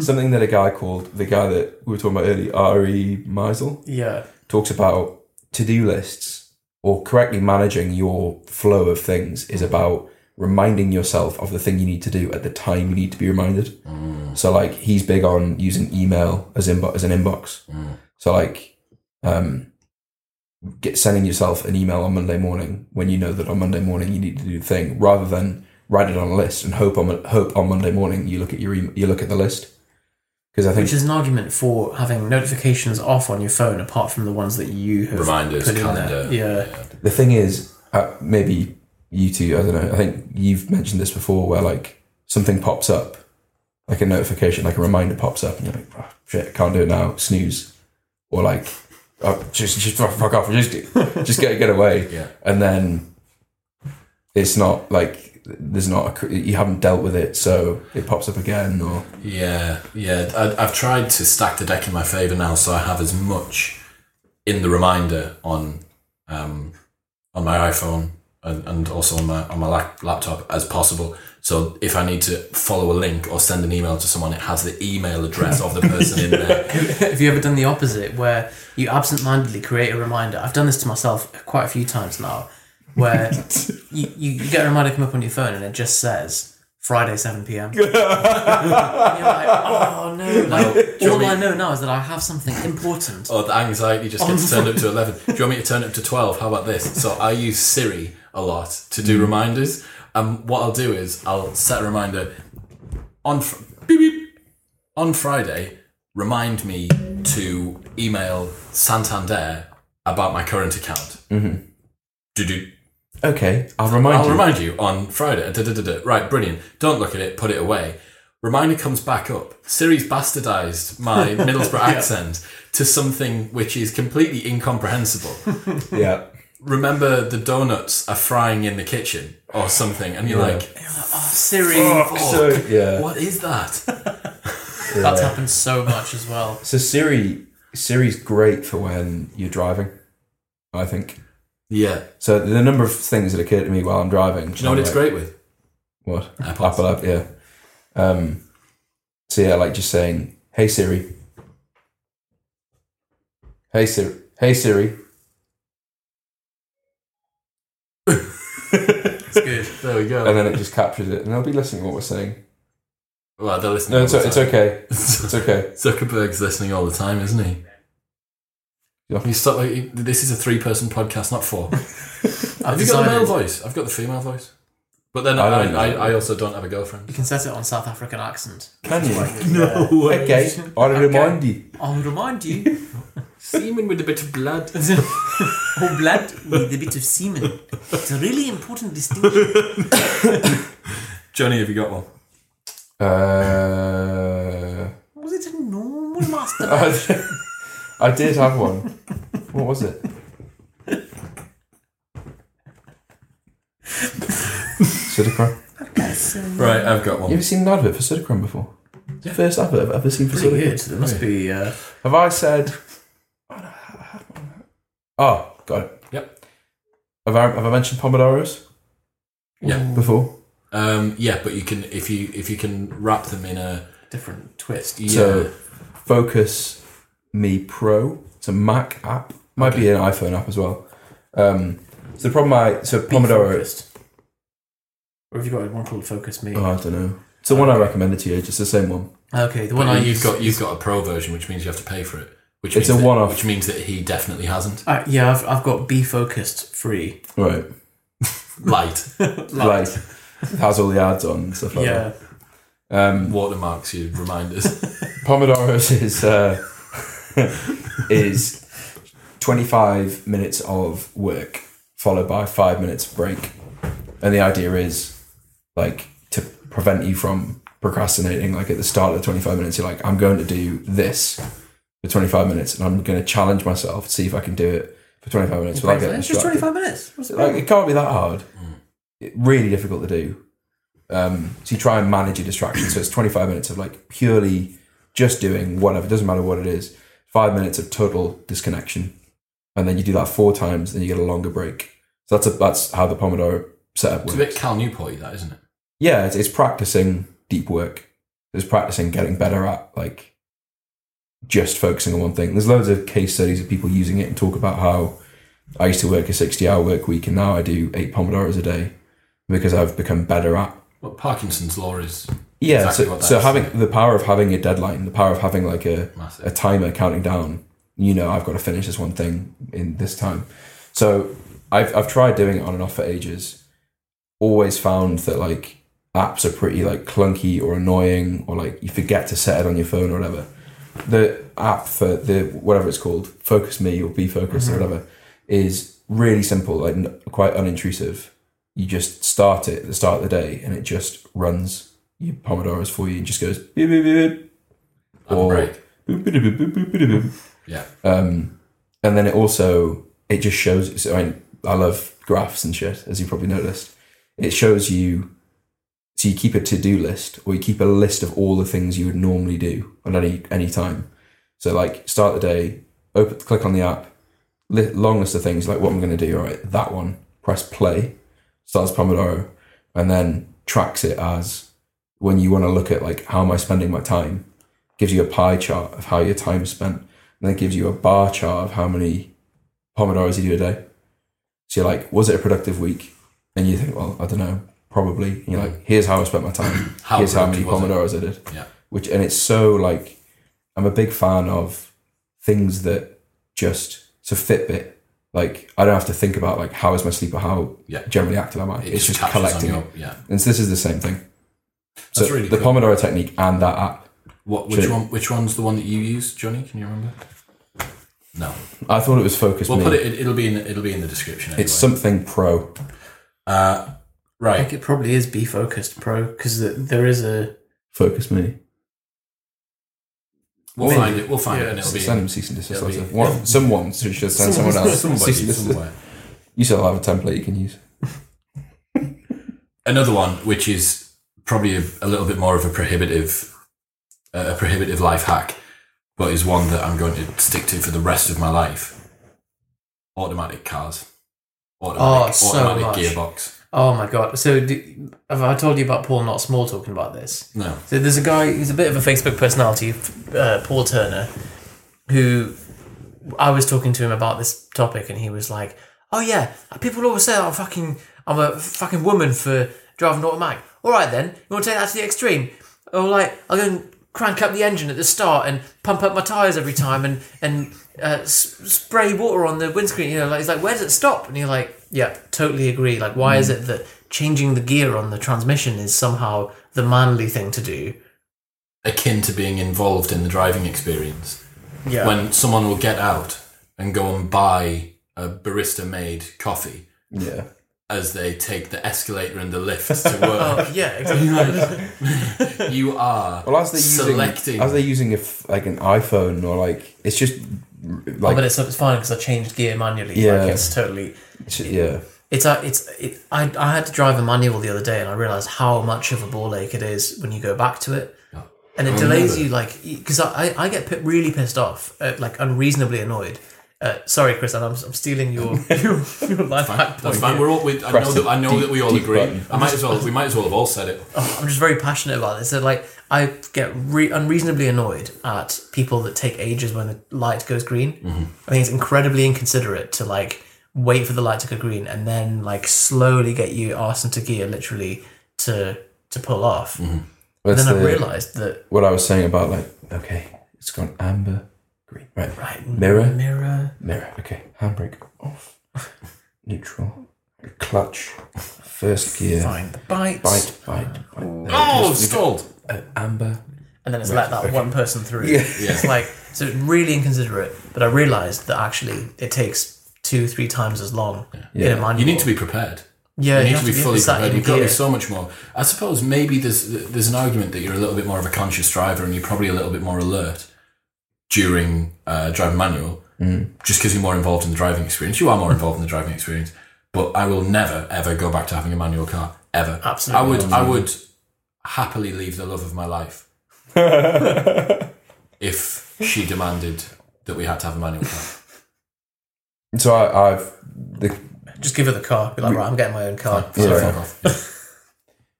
Something that a guy called the guy that we were talking about earlier, Ari Meisel,
yeah.
talks about to-do lists or correctly managing your flow of things is about reminding yourself of the thing you need to do at the time you need to be reminded. So like he's big on using email as inbo- as an inbox. So like um get sending yourself an email on Monday morning when you know that on Monday morning you need to do the thing rather than write it on a list and hope on hope on Monday morning you look at your em you look at the list. Because I think
Which is an argument for having notifications off on your phone, apart from the ones that you have
Reminders,
put in
calendar.
there. Yeah,
the thing is, uh, maybe you two, I don't know, I think you've mentioned this before where like something pops up, like a notification, like a reminder pops up, and you're like, oh, shit, can't do it now, snooze. Or like, oh, just, just oh, fuck off, just, just get, get away.
Yeah.
And then it's not like, there's not a, cr- you haven't dealt with it, so it pops up again, or
Yeah, yeah. I, I've tried to stack the deck in my favour now, so I have as much in the reminder on um, on my iPhone and, and also on my on my lap, laptop as possible. So if I need to follow a link or send an email to someone, it has the email address of the person in there.
Have you ever done the opposite, where you absentmindedly create a reminder? I've done this to myself quite a few times now, where you, you, you get a reminder come up on your phone and it just says Friday seven pm. And you're like, oh no! Like, all I know now is that I have something important.
Or Oh, the anxiety just gets turned up to 11. Do you want me to turn it up to 12? How about this? So I use Siri a lot to do reminders. And what I'll do is I'll set a reminder on, fr- beep, beep. on Friday, remind me to email Santander about my current account. Do-do.
okay, I'll remind
I'll
you.
remind you on Friday. Da, da, da, da. Right, brilliant. Don't look at it, put it away. Reminder comes back up. Siri's bastardized my Middlesbrough accent to something which is completely incomprehensible.
yeah.
Remember the donuts are frying in the kitchen or something, and you're like,
Oh, Siri,
So, yeah.
what is that?
that's happened so much as well.
So Siri, Siri's great for when you're driving. I think
Yeah.
so. The number of things that occur to me while I'm driving.
Do you know what it's great with?
What
AirPods.
Apple app, yeah. Um, so yeah, like just saying, "Hey Siri." Hey Siri. Hey Siri.
It's good.
There we go.
And then it just captures it, and they'll be listening to what we're saying.
well, they're listening.
No,
all
it's,
the
it's
time.
okay. It's okay.
Zuckerberg's listening all the time, isn't he?
Yeah.
You stop, like, this is a three person podcast, not four.
I've
Have you got the male
decided-
voice? I've got the female voice. But then
I
I,
don't
I,
know.
I also don't have a girlfriend.
You can set it on South African accent.
Can you?
No.
Okay. I'll remind you.
I'll remind you.
Semen with a bit of blood.
Whole blood with a bit of semen. It's a really important distinction.
Johnny, have you got one?
Uh,
Was it a normal master?
I, I did have one. What was it? Sidocron.
Right, I've got
You
one.
ever seen an advert for Sidocron before? It's the first advert I've ever seen for
Pretty
Sidocron.
good. There must be. Uh,
Have I said? Oh, got it.
Yep.
Have I, have I mentioned pomodoros
Yeah.
before?
Um, yeah, but you can if you if you can wrap them in a
different twist.
yeah.
So, Focus Me Pro. It's a Mac app. Might be an iPhone app as well. Um, So the problem I so
Be
Pomodoro.
focused. Or have you got one called Focus Me?
Oh, I don't know. It's the one I recommended to you. Just the same one.
okay, the
But
one I
Oh, you've
use-
got you've got a pro version, which means you have to pay for it. Which
It's
means
a
that-
one-off.
which means that he definitely hasn't.
Uh, yeah, I've, I've got Be Focused free.
Right.
Light
Like it has all the ads on and stuff like
yeah.
that. Um,
watermarks, you remind us.
Pomodoro's is uh, is twenty five minutes of work followed by five minutes break, and the idea is like to prevent you from procrastinating. Like at the start of the twenty five minutes, you're like, I'm going to do this for twenty five minutes, and I'm going to challenge myself to see if I can do it for twenty five minutes without getting
It's just
distracted.
25 minutes. What's the
Like
problem?
it can't be that hard. It, really difficult to do. Um, so you try and manage your distraction. So it's 25 minutes of like purely just doing whatever. It doesn't matter what it is. Five minutes of total disconnection, and then you do that four times, and you get a longer break. So that's a, that's how the Pomodoro setup
It's
works.
a bit Cal Newport, that isn't it?
yeah, it's, it's practicing deep work. It's practicing getting better at like just focusing on one thing. There's loads of case studies of people using it and talk about how I used to work a 60 hour work week and now I do eight Pomodoros a day because I've become better at
Well, Parkinson's law is
yeah.
Exactly
so
what that
so
is,
having the power of having a deadline, the power of having like a
massive.
a timer counting down. You know, I've got to finish this one thing in this time. So I've I've tried doing it on and off for ages. Always found that like apps are pretty like clunky or annoying or like you forget to set it on your phone or whatever. The app for the whatever it's called, Focus Me or Be Focused or whatever, is really simple, like n- quite unintrusive. You just start it at the start of the day and it just runs your Pomodoros for you and just goes beep beep beep beep.
Have a break.
Boop, boop, boop, boop, boop, boop, boop.
Yeah.
Um, and then it also it just shows. So I mean, I love graphs and shit, as you probably noticed. It shows you, so you keep a to do list, or you keep a list of all the things you would normally do at any any time. So like, start the day, open, click on the app, li- long list of things like what I'm going to do. All right, that one. Press play. Starts Pomodoro, and then tracks it as when you want to look at like how am I spending my time gives you a pie chart of how your time is spent, and then gives you a bar chart of how many pomodoros you do a day. So you're like, was it a productive week? And you think, well, I don't know, probably. And you're like, here's how I spent my time.
How
here's how many
productive was it?
pomodoros I did.
Yeah.
Which and it's so like, I'm a big fan of things that just so Fitbit. Like I don't have to think about like how is my sleep or how
Yeah.
generally active am I.
It
it's just
captures on
collecting
your-
it.
Yeah.
And so this is the same thing. So
That's really
the
cool.
Pomodoro technique and that app
What? Which
True.
one? Which one's the one that you use, Johnny? Can you remember? No.
I thought it was focused.
We'll
Me.
put it. It'll be in. It'll be in the description. Anyway.
It's something pro.
uh,
I
right.
think it probably is Be Focused Pro because the, there is a.
Focus me.
We'll
Maybe.
find it. We'll find
Yeah,
it. And it'll be.
Send him cease and desist
it'll be-
letter. One, someone should should send someone, else.
Somebody,
cease and desist.
somewhere.
You still have a template you can use.
Another one, which is probably a, a little bit more of a prohibitive, uh, a prohibitive life hack, but is one that I'm going to stick to for the rest of my life. Automatic cars. Automatic,
Oh, so
automatic
much.
gearbox.
Oh my god! So do, have I told you about Paul Not Small talking about this?
No.
So there's a guy who's a bit of a Facebook personality, uh, Paul Turner, who I was talking to him about this topic, and he was like, "Oh yeah, people always say I'm fucking, I'm a fucking woman for driving an automatic. All right then, you want to take that to the extreme? Or like, I'm going to crank up the engine at the start and pump up my tires every time and and uh, s- spray water on the windscreen. You know, like he's like, where does it stop? And you're like, yeah, totally agree. Like, why is it that changing the gear on the transmission is somehow the manly thing to do?
Akin to being involved in the driving experience.
Yeah.
When someone will get out and go and buy a barista made coffee
Yeah.
as they take the escalator and the lift to work.
oh yeah, exactly.
you are
Well, as they're using,
selecting.
as they're using if like an iPhone or like it's just
Oh, but
like
it's, it's fine because I changed gear manually.
Yeah.
Like it's totally.
it's- yeah.
It's a, it's it, I I had to drive a manual the other day and I realized how much of a ball ache it is when you go back to it, and it delays you like because I, I I get pi really pissed off at, like unreasonably annoyed. Uh, sorry, Chris, and I'm, I'm stealing your your, your life hack
That's
point.
fine.
here.
We're all. We, I know
Press
that.
the
I know
deep-
that we all
deep
agree.
button.
I might as well. We might as well have all said it.
I'm just very passionate about this. So like I get re- unreasonably annoyed at
Mm-hmm.
people that take ages when the light goes green. I think it's incredibly inconsiderate to like wait for the light to go green, and then like slowly get you arse into gear, literally to to pull off.
Mm-hmm.
And
That's
then I
the-
realised that
what I was saying about like, okay, it's gone amber, green, right,
right
Mirror?
mirror.
mirror, okay, handbrake off, neutral, clutch, first gear,
Find the bites,
bite, bite, bite. there,
Oh,
just-
stalled.
uh, amber.
and then it's let that one person through.
Yeah.
It's like so it's really inconsiderate. But I realised that actually it takes two, three times as long
Yeah.
in a manual.
You need to be prepared.
yeah,
you need
have
to be fully
sat in
prepared. You've got to
gear.
be so much more. I suppose maybe there's there's an argument that you're a little bit more of a conscious driver and you're probably a little bit more alert during uh, driving manual, just because you're more involved in the driving experience. You are more involved in the driving experience, but I will never ever go back to having a manual car ever.
Absolutely.
I would I would happily leave the love of my life if she demanded that we had to have a manual car.
So I, I've the
Just give her the car. Be like, right, I'm getting my own car.
So
Yeah.
fuck off. Yeah.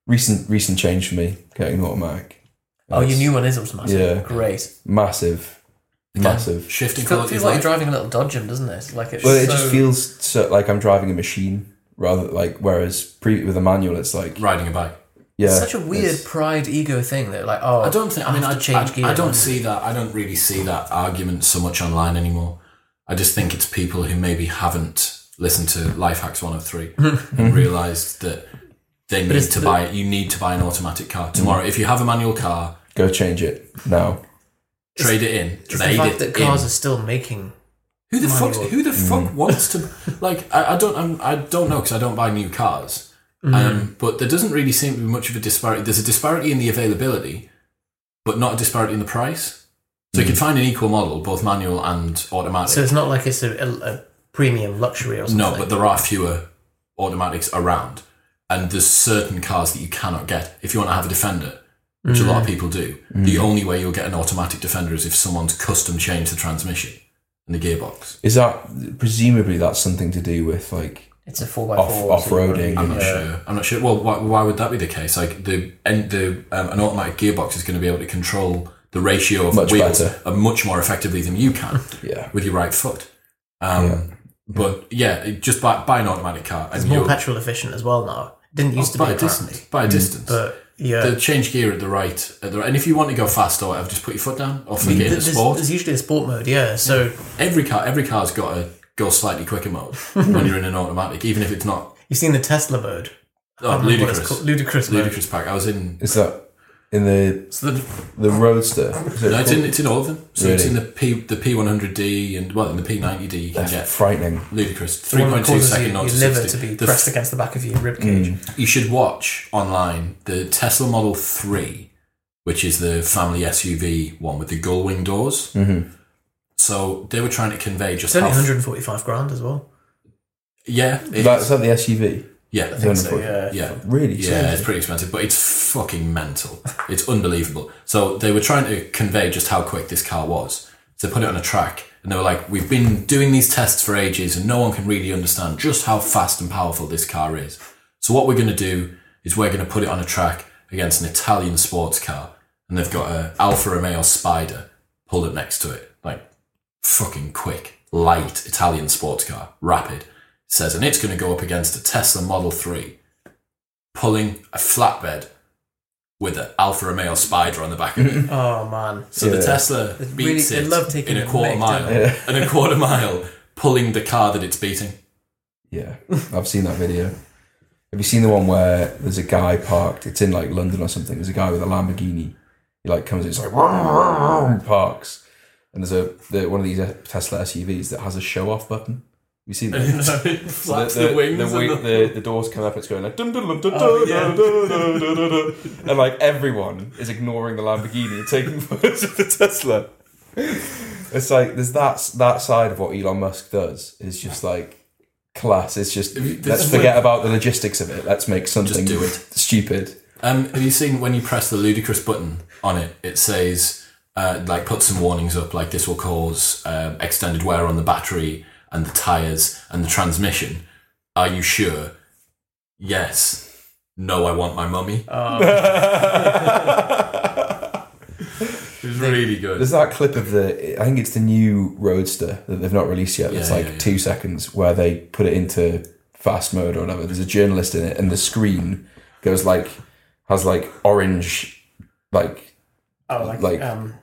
recent recent change for me getting an automatic.
Oh, your
It's
new one is automatic.
Yeah.
Great.
massive, massive.
Shifting
It feels,
quality
feels
of
like
life.
you're driving a little dodgem, doesn't it? Like it's
Well, it
so-
just feels so, like I'm driving a machine rather like whereas pre- with a manual it's like
riding a bike.
yeah
such a weird
it's-
pride ego thing that like oh
I don't think. I mean,
have
I,
to change
I,
gear.
I don't see that. I don't really see that argument so much online anymore. I just think it's people who maybe haven't listened to Life Hacks 103 and realised that they need
it's
to
the- Mm.
buy. You need to buy an automatic car tomorrow. If you have a manual car,
Go change it now.
trade it in.
It's
trade
the fact
it
that cars
in.
are still making
Who the fuck?
manual. Mm.
Who the fuck wants to? Like, I, I don't. I'm, I don't know because I don't buy new cars.
Mm.
Um, but there doesn't really seem to be much of a disparity. There's a disparity in the availability, but not a disparity in the price. So you could find an equal model, both manual and automatic.
so it's not like it's a, a, a premium luxury or something.
no, but there are fewer automatics around, and there's certain cars that you cannot get if you want to have a Defender, which
Mm.
a lot of people do. The only way you'll get an automatic Defender is if someone's custom changed the transmission and the gearbox.
Is that presumably that's something to do with like
it's a four x
Off-
four
off-roading.
I'm not
Yeah.
sure. I'm not sure. Well, why, why would that be the case? Like the and the um, an automatic gearbox is going to be able to control the ratio of
Much
wheels
better.
uh, much more effectively than you can
yeah
with your right foot. Um,
Yeah.
But yeah, it- just buy, buy an automatic car.
It's more petrol efficient as well now. Didn't used to be
Oh, by a
apparently,
distance. By a distance.
Mm, but yeah.
They'll change gear at the right, at the right. And if you want to go fast or whatever, just put your foot down or flick it
Th-
into
there's,
sport.
there's usually a sport mode, yeah. So
Every car, every car's got a go slightly quicker mode when you're in an automatic, even if it's not
you've seen the Tesla mode, I
oh,
don't remember what it's
ludicrous.
called. ludicrous mode.
Ludicrous pack. I was in.
is that in the
It's the
the roadster? Is it
No, it's
called-
in, it's in all of them. So it's in
Really?
the P the P one hundred D and well in the P ninety D you can
That's
get
frightening.
ludicrous
The
three
one that
point two
causes
second
your,
nod
your
to
liver
sixty.
to be
The f- Hmm.
pressed against the back of your rib
Hmm.
cage.
you should watch online the Tesla Model Three, which is the family SUV one with the gull wing doors. So they were trying to convey just
Mm-hmm. It's only
how
145 grand as well.
yeah it
That's
is.
that the SUV.
yeah
I think so,
Wonderful.
yeah.
yeah
Really?
Yeah, it's pretty expensive, but it's fucking mental. It's unbelievable. So they were trying to convey just how quick this car was. So they put it on a track, and they were like, "We've been doing these tests for ages, and no one can really understand just how fast and powerful this car is. So what we're going to do is we're going to put it on a track against an Italian sports car, and they've got a Alfa Romeo Spider pulled up next to it, like fucking quick, light Italian sports car, rapid. It says, and it's going to go up against a Tesla Model Three pulling a flatbed with an Alfa Romeo Spider on the back of it.
Oh man.
So the
Mm-hmm. Yeah.
Tesla
It's
beats
really- they
it
love taking
in a
the
quarter
mick,
mile,
don't
they?
and a quarter mile pulling the car that it's beating.
Yeah, I've seen that video. Have you seen the one where there's a guy parked? It's in like London or something. There's a guy with a Lamborghini. He like comes in, it's like and parks, and there's a the, one of these Tesla SUVs that has a show off button. Have you seen that? So
Flaps the, wings.
The,
and
wing-
the-
the, the doors come up and it's going like dun dun dun dun
Oh,
dun
yeah.
dun dun dun dun dun dun. and like everyone is ignoring the Lamborghini and taking photos of the Tesla. It's like there's that that side of what Elon Musk does is just like class. It's just
If you- this
let's
is where-
forget about the logistics of it. Let's make something
do it.
stupid.
Um, have you seen when you press the ludicrous button on it? It says uh, like put some warnings up, like this will cause uh, extended wear on the battery and the tires and the transmission. Are you sure? Yes. Um,
Oh,
No, I want my mummy. It was really good.
There's that clip of the, I think it's the new Roadster that they've not released yet. It's
Yeah,
like
yeah, yeah.
two seconds where they put it into fast mode or whatever. There's a journalist in it, and the screen goes like has like orange, like
Oh, like,
Like-
um,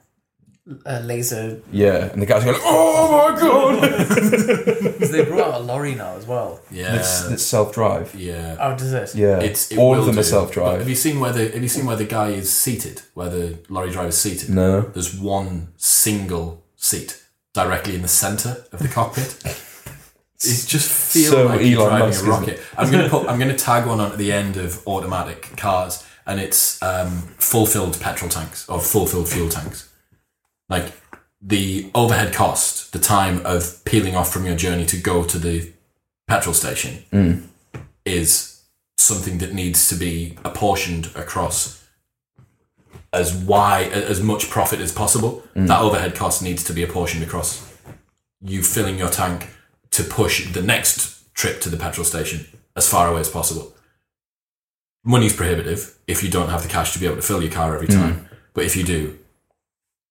a laser.
yeah, and the guy's going, oh my god,
'Cause they brought out a lorry now as well.
Yeah,
it's, it's self drive.
yeah.
Oh, does it?
Yeah,
It's it
all
will
of them
do.
are self
But Have
drive.
you seen where the Have you seen where the guy is seated? Where the lorry driver is seated?
No,
There's one single seat directly in the centre of the cockpit. It just feels
So
like you're
Elon
driving
Musk,
a
isn't
rocket. I'm gonna put I'm gonna tag one on at the end of automatic cars, and it's um, full filled petrol tanks or full filled fuel tanks. Like the overhead cost, the time of peeling off from your journey to go to the petrol station
Mm.
is something that needs to be apportioned across as wide as much profit as possible. That overhead cost needs to be apportioned across you filling your tank to push the next trip to the petrol station as far away as possible. Money's prohibitive if you don't have the cash to be able to fill your car every time. But if you do,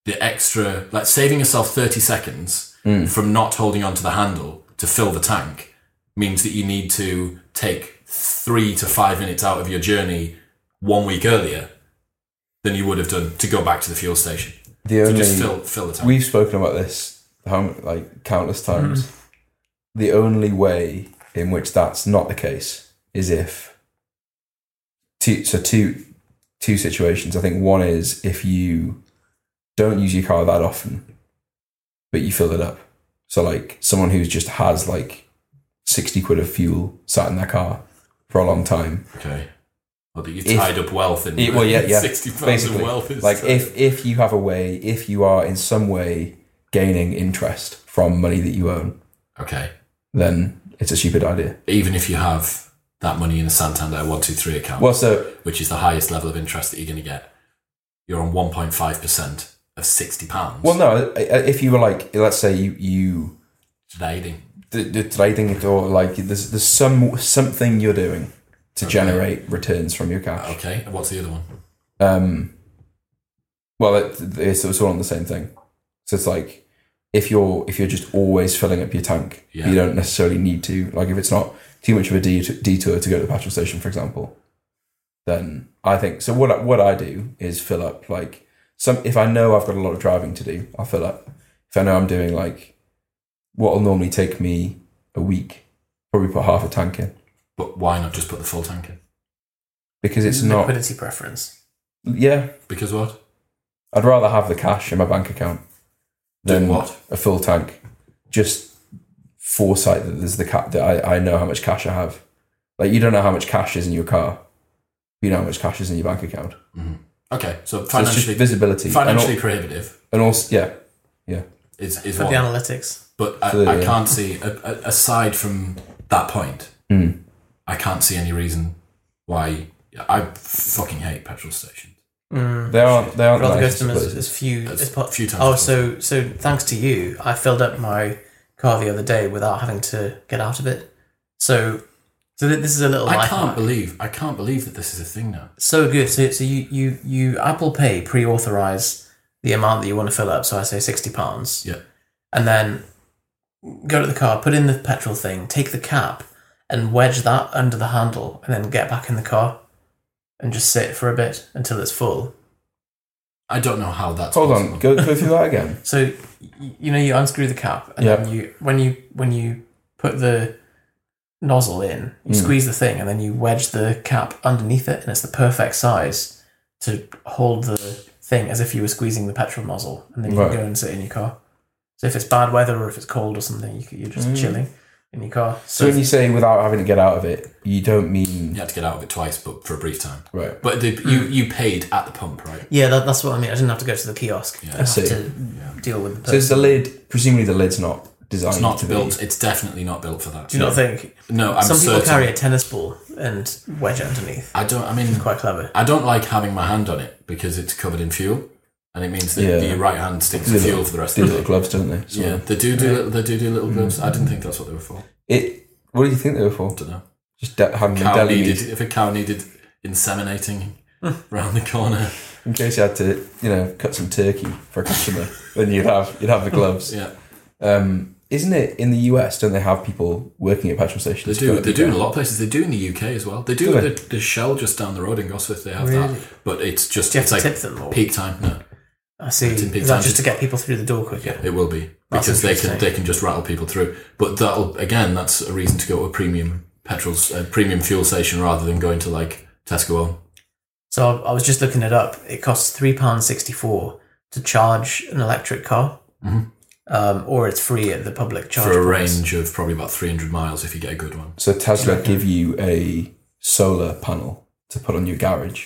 the extra like saving yourself 30 seconds from not holding onto the handle to fill the tank means that you need to take three to five minutes out of your journey one week earlier than you would have done to go back to the fuel station
the
to
only
just fill fill the tank.
We've spoken about this how m- like countless times. The only way in which that's not the case is if two so two two situations. I think one is if you don't use your car that often, but you fill it up. So like someone who just has like sixty quid of fuel sat in their car for a long time.
okay. Well, that you've
If-
tied up wealth in
Yeah, well, yeah, yeah.
60 pounds of
Basically,
wealth is
like if if you have a way, if you are in some way gaining interest from money that you own,
okay.
then it's a stupid idea.
Even if you have that money in a Santander 123 account,
Well, so
which is the highest level of interest that you're going to get, you're on 1.5% of 60 pounds.
well, no. i- i- If you were like, let's say you you
trading.
the, the trading it or like there's there's some something you're doing to
Okay.
generate returns from your cash.
Okay. And what's the other one?
Um, well, it, it's it's all on the same thing. So it's like if you're if you're just always filling up your tank,
Yeah.
you don't necessarily need to. Like if it's not too much of a det- detour to go to the petrol station, for example, then I think so. What I- what I do is fill up like some. If I know I've got a lot of driving to do, I'll fill up. If I know I'm doing like what will normally take me a week, probably put half a tank in
But why not just put the full tank in?
because it's not.
liquidity preference.
Yeah,
Because what?
I'd rather have the cash in my bank account
Then
than
what?
a full tank. Just foresight that there's the cat that I, I know how much cash I have. Like you don't know how much cash is in your car. You know how much cash is in your bank account.
Mm-hmm. Okay. So
So it's just
financially,
visibility.
financially
And, al-
prohibitive
and also, yeah, yeah.
is, is
For
what
the analytics.
But I,
So,
I
yeah.
can't see, a- a- aside from that point,
Mm.
I can't see any reason why I fucking hate petrol stations.
Mm.
They aren't. They aren't.
I'd rather go
nice,
to them
I
as,
suppose.
as few
As
as, po-
few times
Oh,
as
so so thanks to you, I filled up my car the other day without having to get out of it. So so th- this is a little.
I
life
can't
hack.
believe I can't believe that this is a thing now.
So good. So, so you, you, you Apple Pay pre authorize the amount that you want to fill up. So I say sixty pounds.
Yeah.
And then go to the car, put in the petrol thing, take the cap, and wedge that under the handle, and then get back in the car, and just sit for a bit until it's full.
I don't know how that's
Hold
possible.
on. Go, go through that again.
So y- you know you unscrew the cap, and
Yeah.
then you when you when you put the nozzle in, you
Hmm.
squeeze the thing, and then you wedge the cap underneath it, and it's the perfect size to hold the thing as if you were squeezing the petrol nozzle, and then you
Right.
can go and sit in your car. So if it's bad weather or if it's cold or something, you, c- you're just chilling in your car.
Hmm. So
So,
when you say without having to get out of it, you don't mean
You had to get out of it twice, but for a brief time.
right.
But the, you
Hmm.
you paid at the pump, right?
yeah, that, that's what I mean. I didn't have to go to the kiosk. I didn't
I see.
have to deal with the.
So it's
Person.
the lid. Presumably the lid's not designed.
It's not
to
built. It's definitely not built for that.
Do you not think
No, I'm
some people
certain.
carry a tennis ball and wedge it underneath?
I don't. I mean,
Quite clever.
I don't like having my hand on it because it's covered in fuel, and it means that
Yeah.
your right hand sticks
Do
to
the-
fuel for the rest
Be. Do
of the
little
day.
gloves, don't they? So
Yeah, they do do little, they do do little
Mm-hmm.
gloves. I didn't think that's what they were for.
It. What do you think they were for?
I don't know.
Mm-hmm. Just de- having a
Cow
deli meat.
needed if a cow needed inseminating, round the corner.
In case you had to, you know, cut some turkey for a customer, then you'd have you'd have the gloves.
Yeah,
Um, isn't it in the US? Don't they have people working at petrol
they
stations?
do.
Got
They
the-
do in a lot of places. They do in the UK as well. They do,
Do they?
the, the Shell just down the road in Gosforth. They have
Really?
that, but it's just
Do you have
it's
to
like
tip them? Or?
peak time. No,
I see.
it's in peak
Is that
time.
just to get people through the door quicker?
it will be
That's
because they can
interesting.
they can just rattle people through. But that'll again, that's a reason to go to a premium petrol a premium fuel station rather than going to like Tesco. Oil.
So I I was just looking it up. It costs three pounds sixty four to charge an electric car,
Mhm.
um, or it's free at the public charge
for a
points.
range Oh, of probably about 300 miles if you get a good one.
So Tesla give you a solar panel to put on your garage,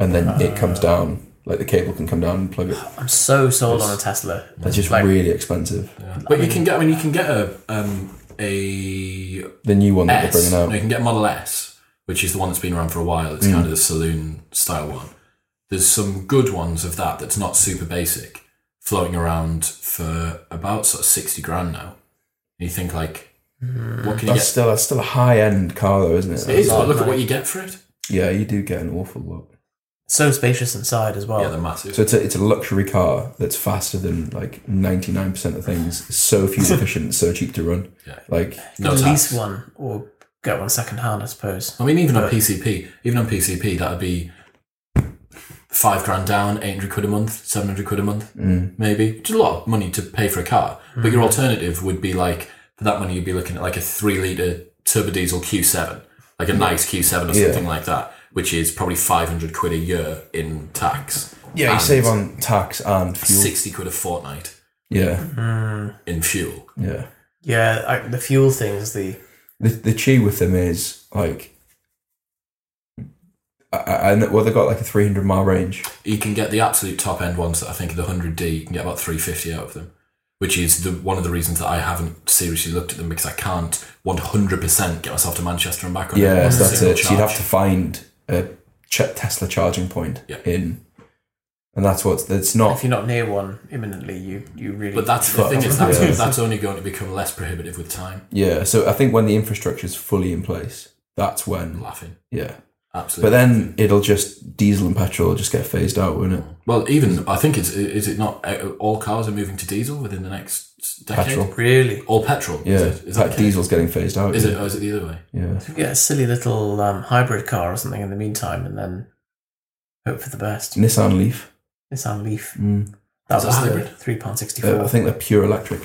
and then it comes down. Like the cable can come down and plug it.
I'm so sold on a Tesla.
That's just
Like-
really expensive.
But you can get, I mean, you can get a um, a
The new one that
S.
they're
No, you
bringing out.
can get a Model S, which is the one that's been around for a while. It's kind of the saloon style one. There's some good ones of that that's not super basic, floating around for about sort of 60 grand now. And you think like, what can you get?
That's still that's still a high end car though, isn't it?
It is, but look at
Right.
what you get for it.
Yeah, you do get an awful lot.
So spacious inside as well.
Yeah, they're massive.
So it's a, it's a luxury car that's faster than like 99% of things, so fuel efficient, so cheap to run.
Yeah.
Like,
no
At
tax.
least one or get one second hand, I suppose.
I mean, even on
But-
PCP, even on PCP, that would be five grand down, eight hundred quid a month, seven hundred quid a month,
mm,
maybe, which is a lot of money to pay for a car. But your alternative would be like for that money, you'd be looking at like a three liter turbo diesel Q7, like a nice Q7 or
Yeah.
something like that, which is probably five hundred quid a year in tax,
yeah, you
And-
save on tax and fuel.
sixty quid a fortnight
Yeah,
in fuel.
yeah.
Yeah, I, the fuel thing is the
The, the chew with them is like, I, I, I know- well, they've got like a 300 mile range.
you can get the absolute top end ones that I think are the 100D. You can get about 350 out of them, which is the one of the reasons that I haven't seriously looked at them because I can't 100% get myself to Manchester and back on
Yeah,
a
so that's
single
it. So you'd have
charge.
to find a ch- Tesla charging point
Yeah.
in, and that's what's, it's not
if you're not near one imminently, you you really.
Oh. But that's the
But
thing is
that's-
that's,
yeah.
that's only going to become less prohibitive with time.
Yeah, so I think when the infrastructure is fully in place, that's
I'm
when
laughing,
yeah. But
absolutely.
then it'll just diesel and petrol will just get phased out, won't it?
well, even I think it's is it not uh, all cars are moving to diesel within the next decade?
Petrol.
really.
All petrol.
Yeah,
Is, it? is that
like
the case?
diesel's getting phased out.
Is
yeah.
it or is it the other way?
Yeah,
You get a silly little um, hybrid car or something in the meantime, and then hope for the best.
Nissan Leaf.
Nissan Leaf.
Mm.
That
Is it
was the
hybrid?
three pound sixty
Uh, I
four.
think they're pure electric.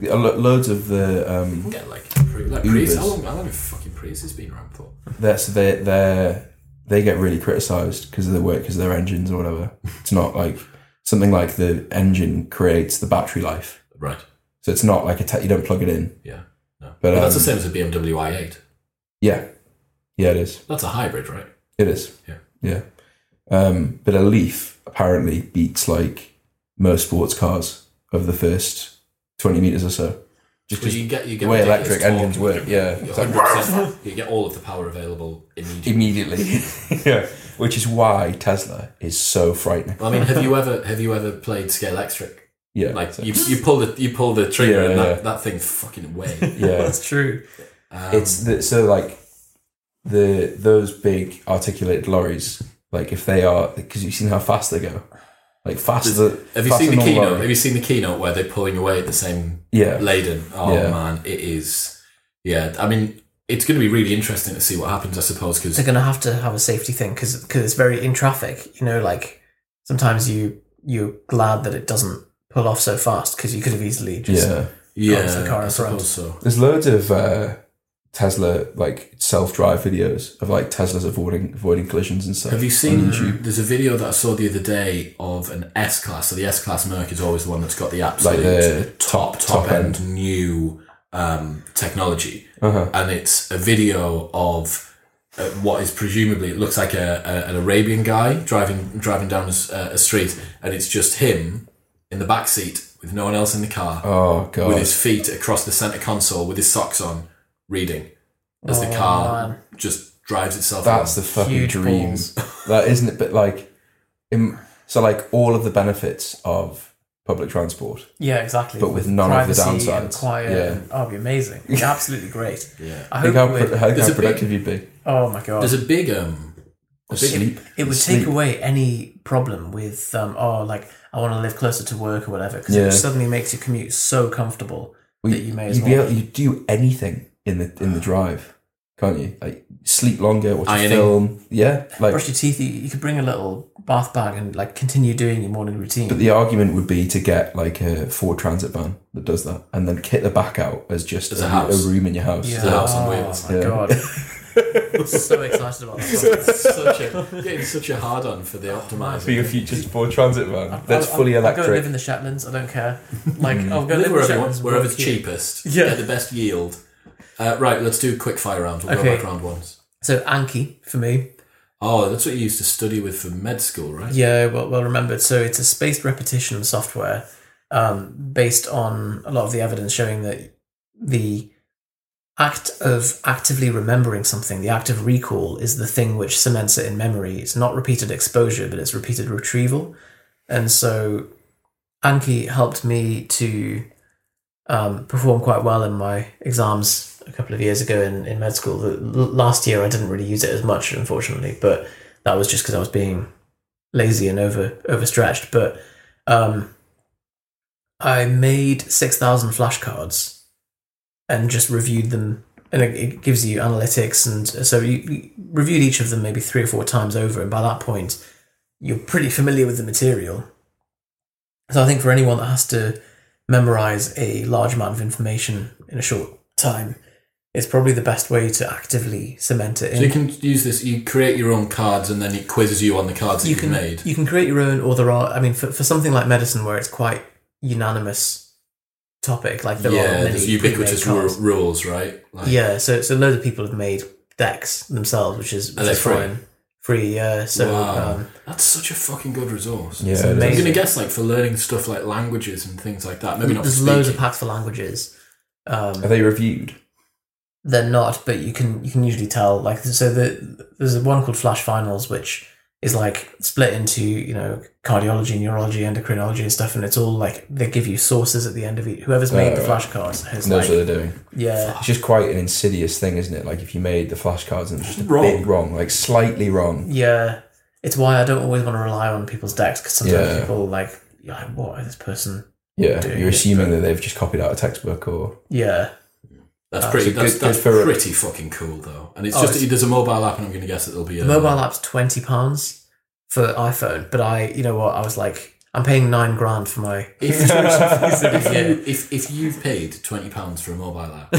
Yeah, lo- loads of the
You can
um,
get like, pre- like Prius.
Ubers.
How long? How long have fucking Prius has been around for?
that's they they they get really criticised because of their work, because of their engines or whatever. It's not like something like the engine creates the battery life,
Right.
so it's not like a te- you don't plug it in.
Yeah. No. But,
But,
that's the same
um,
as a BMW i8.
Yeah, yeah, it is.
That's a hybrid, right?
It is.
Yeah.
Yeah. Um, but a Leaf apparently beats like most sports cars of the first 20 meters or so. Just
Well,
because
you get you
the
get
way
ridiculous
electric
torque,
engines work. Yeah.
you
It's
get
like,
100%, you get all of the power available immediately.
immediately. yeah. Which is why Tesla is so frightening.
I mean, have you ever have you ever played scale electric?
Yeah.
Like you, you pull the you pull the trigger
Yeah,
and that,
yeah.
that thing fucking way.
yeah.
That's true.
Um,
it's the, so like the those big articulated lorries like if they are because you've seen how fast they go like faster
have you
faster
seen the
than a
keynote?
lorry.
Have you seen the keynote where they're pulling away at the same
yeah
laden? Oh
Yeah.
man, it is. Yeah, I mean, it's going to be really interesting to see what happens. I suppose because
They're going to have to have a safety thing because it's very in traffic. You know, like sometimes you you're glad that it doesn't pull off so fast because you could have easily just
yeah
yeah,
the car
I
in front.
suppose so.
There's loads of uh, Tesla like self-drive videos of like Teslas avoiding avoiding collisions and stuff.
Have you seen?
on YouTube.
There's a video that I saw the other day of an S class. So the S class Merc is always the one that's got the
like
absolute
the
top top end, new um, technology,
Uh-huh.
and it's a video of uh, what is presumably it looks like a, a an Arabian guy driving driving down a, s- uh, a street, and it's just him in the back seat with no one else in the car,
Oh
with
god.
his feet across the center console with his socks on, reading as the car
man.
just drives itself.
That's
along.
the fucking
Huge
dream.
balls.
that isn't it but like im- so like all of the benefits of public transport
yeah exactly.
but with none of the
Privacy and
downsides.
quiet.
Yeah.
and- oh, it'd be amazing. It'd be absolutely great.
Yeah.
I
Think
hope.
how,
it would-
pro- how,
There's a
how
big-
productive you'd be.
oh my god.
There's a big um
or
But
sleep.
It, it would
Sleep.
take away any problem with, um, oh, like, I want to live closer to work or whatever, because
Yeah.
it suddenly makes your commute so comfortable
Well,
that you may as
you'd
well.
be able you do anything in the in the drive, can't you? Like sleep longer, watch a
Ironing.
film. Yeah, like
brush your teeth, you, you could bring a little bath bag and, like, continue doing your morning routine.
But the argument would be to get like a Ford Transit van that does that, and then kit the back out as just
As a house.
room in your house.
yeah.
the house on wheels.
oh, my
Yeah.
God. so excited about that.
such a, getting such a hard on for the optimizer.
For your future Ford Transit van that's
I'll-
fully
I'll, I'll go and live
electric. Mm-hmm.
in the Shetlands. I don't care. Like I'll go
Live wherever,
live in the
you want,
Shetlands.
wherever's
work here.
cheapest.
Yeah.
Get the best yield. Uh, right, let's do quick fire rounds. We'll go
Okay.
back round once.
So Anki for me.
Oh, that's what you used to study with for med school, right?
Yeah, well, well remembered. So it's a spaced repetition software um, based on a lot of the evidence showing that the act of actively remembering something, the act of recall, is the thing which cements it in memory. It's not repeated exposure, but it's repeated retrieval. And so Anki helped me to um, perform quite well in my exams a couple of years ago in, in med school. The, l- last year I didn't really use it as much, unfortunately, but that was just because I was being lazy and over overstretched. But um, I made six thousand flashcards and just reviewed them, and it, it gives you analytics, and so you, you reviewed each of them maybe three or four times over, and by that point, you're pretty familiar with the material. So I think for anyone that has to memorize a large amount of information in a short time, it's probably the best way to actively cement it in.
So you can use this. You create your own cards, and then it quizzes you on the cards that
you
you've
can
made.
you can create your own or there are i mean for, for something like medicine where it's quite unanimous topic like there
yeah,
are many
there's ubiquitous
pre-made
ru-
cards.
rules, right? Like,
yeah so so loads of people have made decks themselves which is, which
they
is
free?
fine free yeah so
Wow.
um,
That's such a fucking good resource.
Yeah,
It's
it is.
I'm
amazing.
gonna guess like for learning stuff like languages and things like that. Maybe not.
there's
for
loads of
speaking.
packs for languages um,
Are they reviewed?
they're not, but you can you can usually tell. Like so, the, there's one called Flash Finals, which is like split into you know cardiology, neurology, endocrinology, and stuff, and it's all like they give you sources at the end of it. Whoever's made
Oh,
the
right.
flashcards has
Knows
like
what they're doing.
yeah,
It's just quite an insidious thing, isn't it? Like if you made the flashcards and it was just a
Wrong.
bit wrong, like slightly wrong.
yeah. It's why I don't always want to rely on people's decks because sometimes
Yeah.
people like you're like what is this person?
Yeah,
Doing
you're
it,
assuming that they've just copied out a textbook or
Yeah,
That's pretty.
good-
That's,
good
that's
for-
pretty fucking cool though. And it's
Oh,
just
it's-
there's a mobile app, and I'm gonna guess that there'll be a
the mobile app's twenty pounds for iPhone, but I you know what I was like I'm paying nine grand for my
If, if,
Yeah.
you, if, if you've paid twenty pounds for a mobile app,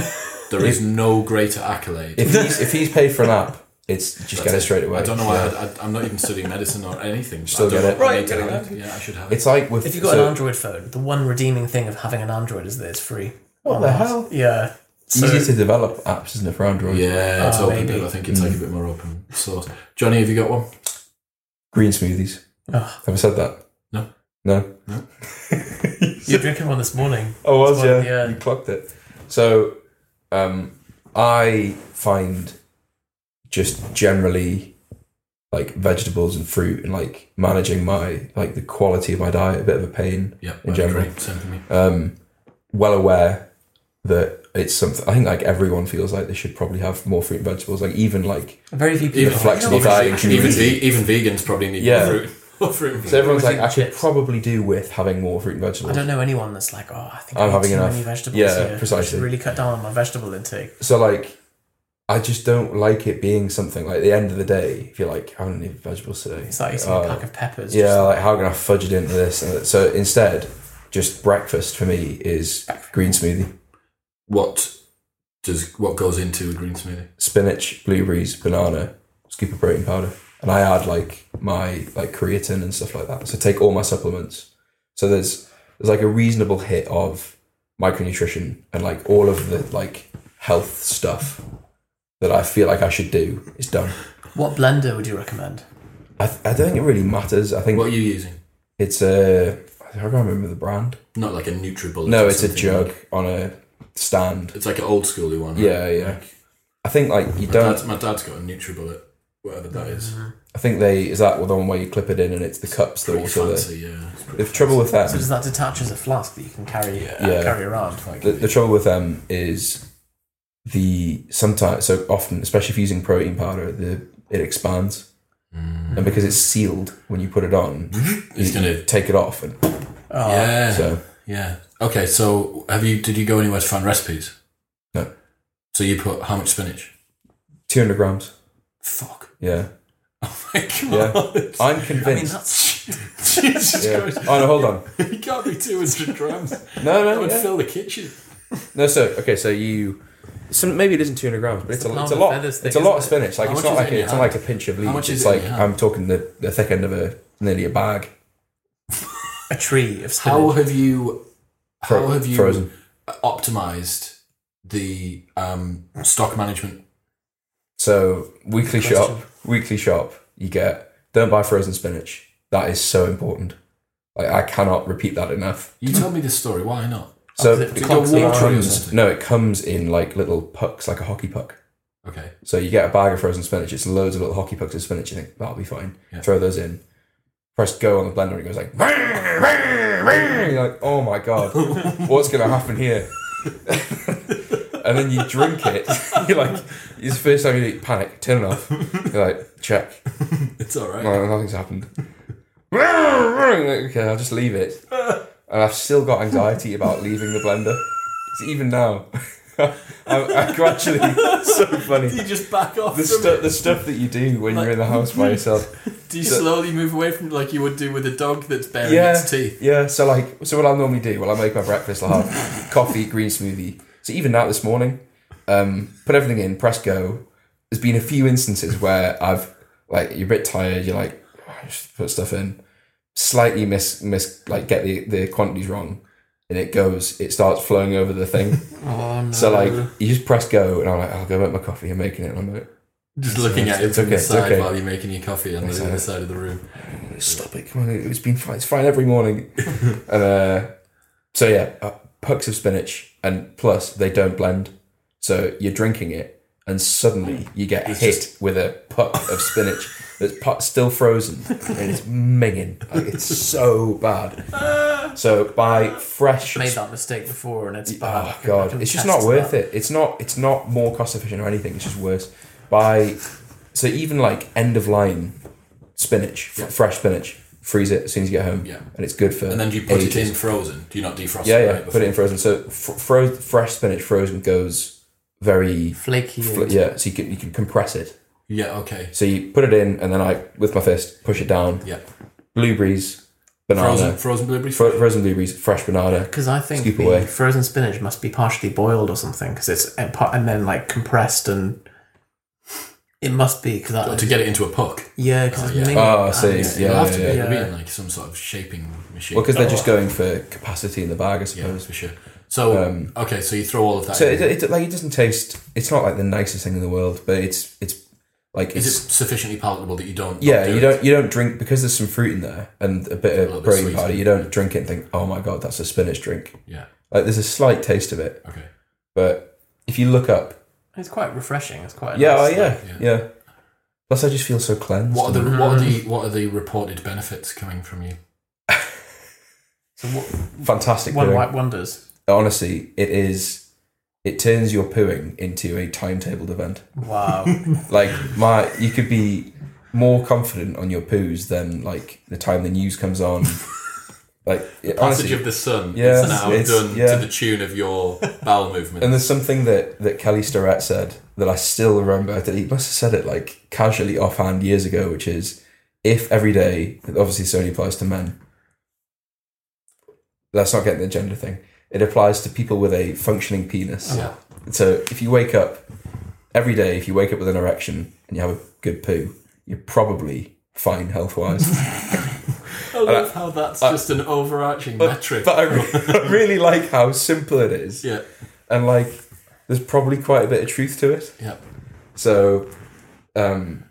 there is no greater accolade.
if he's if he's paid for an app, it's just
That's
get it
it.
straight away.
I don't know why
Yeah.
I, I, I'm not even studying medicine or anything.
Still
I don't
get it.
know why I
Right,
need to
get it,
have it. Yeah, I should have it.
It's like with
If you've got
so-
an Android phone, the one redeeming thing of having an Android is that it's free.
What
On
the
that.
hell?
Yeah. So,
easier to develop apps, isn't it, for Android?
Yeah, it's
Ah,
open.
maybe.
Maybe. I think it's like a bit more open source. Johnny, have you got one?
Green smoothies.
Ugh.
Have I said that?
No.
No.
No.
you're drinking one this morning.
I was,
Well,
yeah.
yeah.
You clocked it. So, um, I find just generally like vegetables and fruit and like managing my like the quality of my diet a bit of a pain.
Yeah,
In
I
general.
agree. Same for me.
Um, well aware that it's something. I think like everyone feels like they should probably have more fruit and vegetables. Like even like
Very few people.
Even
are like,
flexible
"You know,
dieting
I should
Even,
community.
really-"
ve- even vegans probably need
Yeah.
fruit. fruit. and
so everyone's like I
Everything
should
chips.
probably do with having more fruit and vegetables.
I don't know anyone that's like, oh, I think
I'm
I'm
having
having too
enough.
many vegetables.
Yeah,
here. I
precisely.
should really cut down on my vegetable intake.
so like I just don't like it being something like at the end of the day if you're like I don't need vegetables today
It's like eating
Oh.
a pack of peppers.
yeah
just-
like how can I fudge it into this and that. so instead just breakfast for me is green smoothie
What does what goes into a green smoothie?
spinach blueberries banana scoop of protein powder and I add like my like creatine and stuff like that so take all my supplements so there's there's like a reasonable hit of micronutrition and like all of the like health stuff that I feel like I should do is done
What blender would you recommend?
I, th- I don't think it really matters. I think
What are you using?
it's a. I can't remember the brand.
Not like a NutriBullet.
No,
or
it's a
something.
jug on a stand.
It's like an old schooly one. right?
Yeah, yeah. I think like you
My,
don't.
dad's, my dad's got a NutriBullet, whatever that is.
Mm-hmm.
I think they is that the one where you clip it in and it's the cups that
Pretty
also the.
fancy, yeah. It's pretty
The trouble with
So
them.
does that detach as a flask that you can carry uh,
Yeah.
carry around?
The, the trouble with them is the sometimes so often, especially if you're using protein powder, the it expands.
Mm-hmm.
and because it's sealed when you put it on,
It's
you
Mm. gonna-
take it off. And
Oh,
yeah.
Ah, so
Yeah. Okay. So have you? Did you go anywhere to find recipes?
No.
So you put how much spinach?
two hundred grams.
Fuck.
Yeah,
Oh my
yeah.
god.
I
I'm
mean,
convinced.
that's
Jesus
yeah.
Christ.
Oh no, hold on.
It can't be two hundred grams. That
No, no,
would
yeah.
fill the kitchen.
no. So okay, so you. So maybe it isn't 200 grams, but it's,
the
a, it's
pound
a
of
lot.
feathers thing,
It's a lot of
isn't it?
spinach. Like
How
it's
much
not
is it
like
in
a,
your
it's not
hand?
like a pinch of
much
leaves.
is
It's
it in
like
your hand?
I'm talking the, the thick end of a nearly a bag.
a tree of
How
spinach.
have you? How
Fro-
have you
frozen.
optimized the um, stock management?
So weekly shop, weekly shop. You get don't buy frozen spinach. That is so important. Like I cannot repeat that enough.
You told me this story. Why not?
So
Is it
it
Did
Clock
your
comes,
clogs alarm.
water or something?
no, it comes in like little pucks, like a hockey puck.
Okay.
So you get a bag of frozen spinach. It's loads of little hockey pucks of spinach. You think that'll be fine.
Yeah.
Throw those in. Press go on the blender, and it goes like. You're like, oh my god, what's gonna happen here? and then you drink it. You're like, it's the first time you eat panic. Turn it off. You're like, check.
It's all right.
No, nothing's happened. okay, I'll just leave it. And I've still got anxiety about leaving the blender. So even now, I'm, I'm gradually so funny.
You just back off.
The, stu- the stuff that you do when you're in the house by yourself.
Do you
So-
slowly move away from like you would do with a dog that's baring
Yeah.
its teeth?
Yeah, so like, so what I'll normally do, well, I'll make my breakfast, I'll have coffee, green smoothie. So even now this morning, um, put everything in, press go. There's been a few instances where I've, like, you're a bit tired, you're like, "Oh, I just put stuff in, slightly miss, miss, like, get the, the quantities wrong. And it goes, it starts flowing over the thing.
Oh, no.
So like, you just press go, and I'm like, I'll go make my coffee. I'm making it. And I'm like,
Just looking at it
it's
from
okay,
the
it's
side
okay.
while you're making your coffee on the other side of the room.
stop it. Come on, it's been fine. It's fine every morning. and uh, so yeah, uh, pucks of spinach, and plus they don't blend. So you're drinking it, and suddenly you get hit with a puck of spinach that's pu- still frozen, and it's minging. Like, it's so bad. So buy fresh.
made that mistake before and it's bad.
Oh god, it's just not worth it. It's not. It's not more cost efficient or anything. It's just worse. Buy so even like end of line spinach, f- fresh spinach. Freeze it as soon as you get home.
Yeah.
and it's good for.
And then do you put it
ages.
in frozen? Do you not defrost
Yeah,
it?
yeah.
Right
put it in frozen. So fr- fro- fresh spinach frozen goes very.
Flaky. and-
fl- yeah, so you can you can compress it.
Yeah, okay.
So you put it in, and then I with my fist push it down.
Yeah.
Blueberries, banana,
Frozen, frozen blueberries?
fro- frozen blueberries, fresh banana.
Because I think
Scoop
the
away.
frozen spinach must be partially boiled or something. Because it's and pa- and then like compressed and it must be because that
Uh, to get it into a puck.
yeah because it's minging.
Oh, I see.
and-
Yeah,
It'll have to
yeah,
be,
yeah.
it'll be in like some sort of shaping machine.
Well, because they're just going for capacity in the bag,
Oh,
I
yeah,
suppose.
for sure. So, okay, so you throw all of that
um, So
in.
it, it, like it doesn't taste. It's not like the nicest thing in the world, but it's it's like
Is
it's
it sufficiently palatable that you don't? not
yeah.
do
you
it?
don't you don't drink because there's some fruit in there and a bit
little
of
bit
protein
sweet.
powder. You don't drink it and think, oh my god, that's a spinach drink.
Yeah.
Like there's a slight taste of it,
Okay.
but if you look up,
It's quite refreshing. It's quite a
yeah, oh,
nice,
yeah,
yeah.
yeah, Plus, I just feel so cleansed.
What are
and-
the what are the what are the reported benefits coming from you?
So what,
fantastic?
one
pooing.
white wonders.
Honestly, it is. It turns your pooing into a timetabled event.
Wow.
like my you could be more confident on your poos than like the time the news comes on like it-
Passage
honestly
of the sun.
Yeah,
it's now
it's-
done
yeah.
to the tune of your bowel movement.
and there's something that that kelly Starrett said that i still remember that he must have said it like casually offhand years ago which is if every day obviously this only applies to men that's not getting the gender thing it applies to people with a functioning penis
yeah.
So if you wake up every day, if you wake up with an erection and you have a good poo, you're probably fine health wise.
I love how that's just an overarching metric.
but I, re- I really like how simple it is,
yeah,
and like there's probably quite a bit of truth to it.
yeah.
So, um,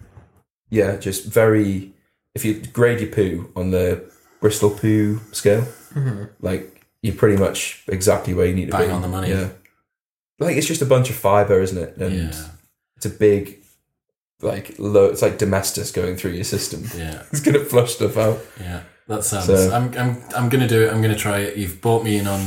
yeah, just very. If you grade your poo on the Bristol poo scale, like you're pretty much exactly where you need to
Mm-hmm. Bang
be.
on the money.
Yeah, like it's just a bunch of fiber, isn't it? And
yeah,
it's a big like low it's like domestos going through your system
yeah,
it's gonna flush stuff out
yeah. That sounds.
So-
I'm, I'm, I'm gonna do it. I'm gonna try it. You've bought me in on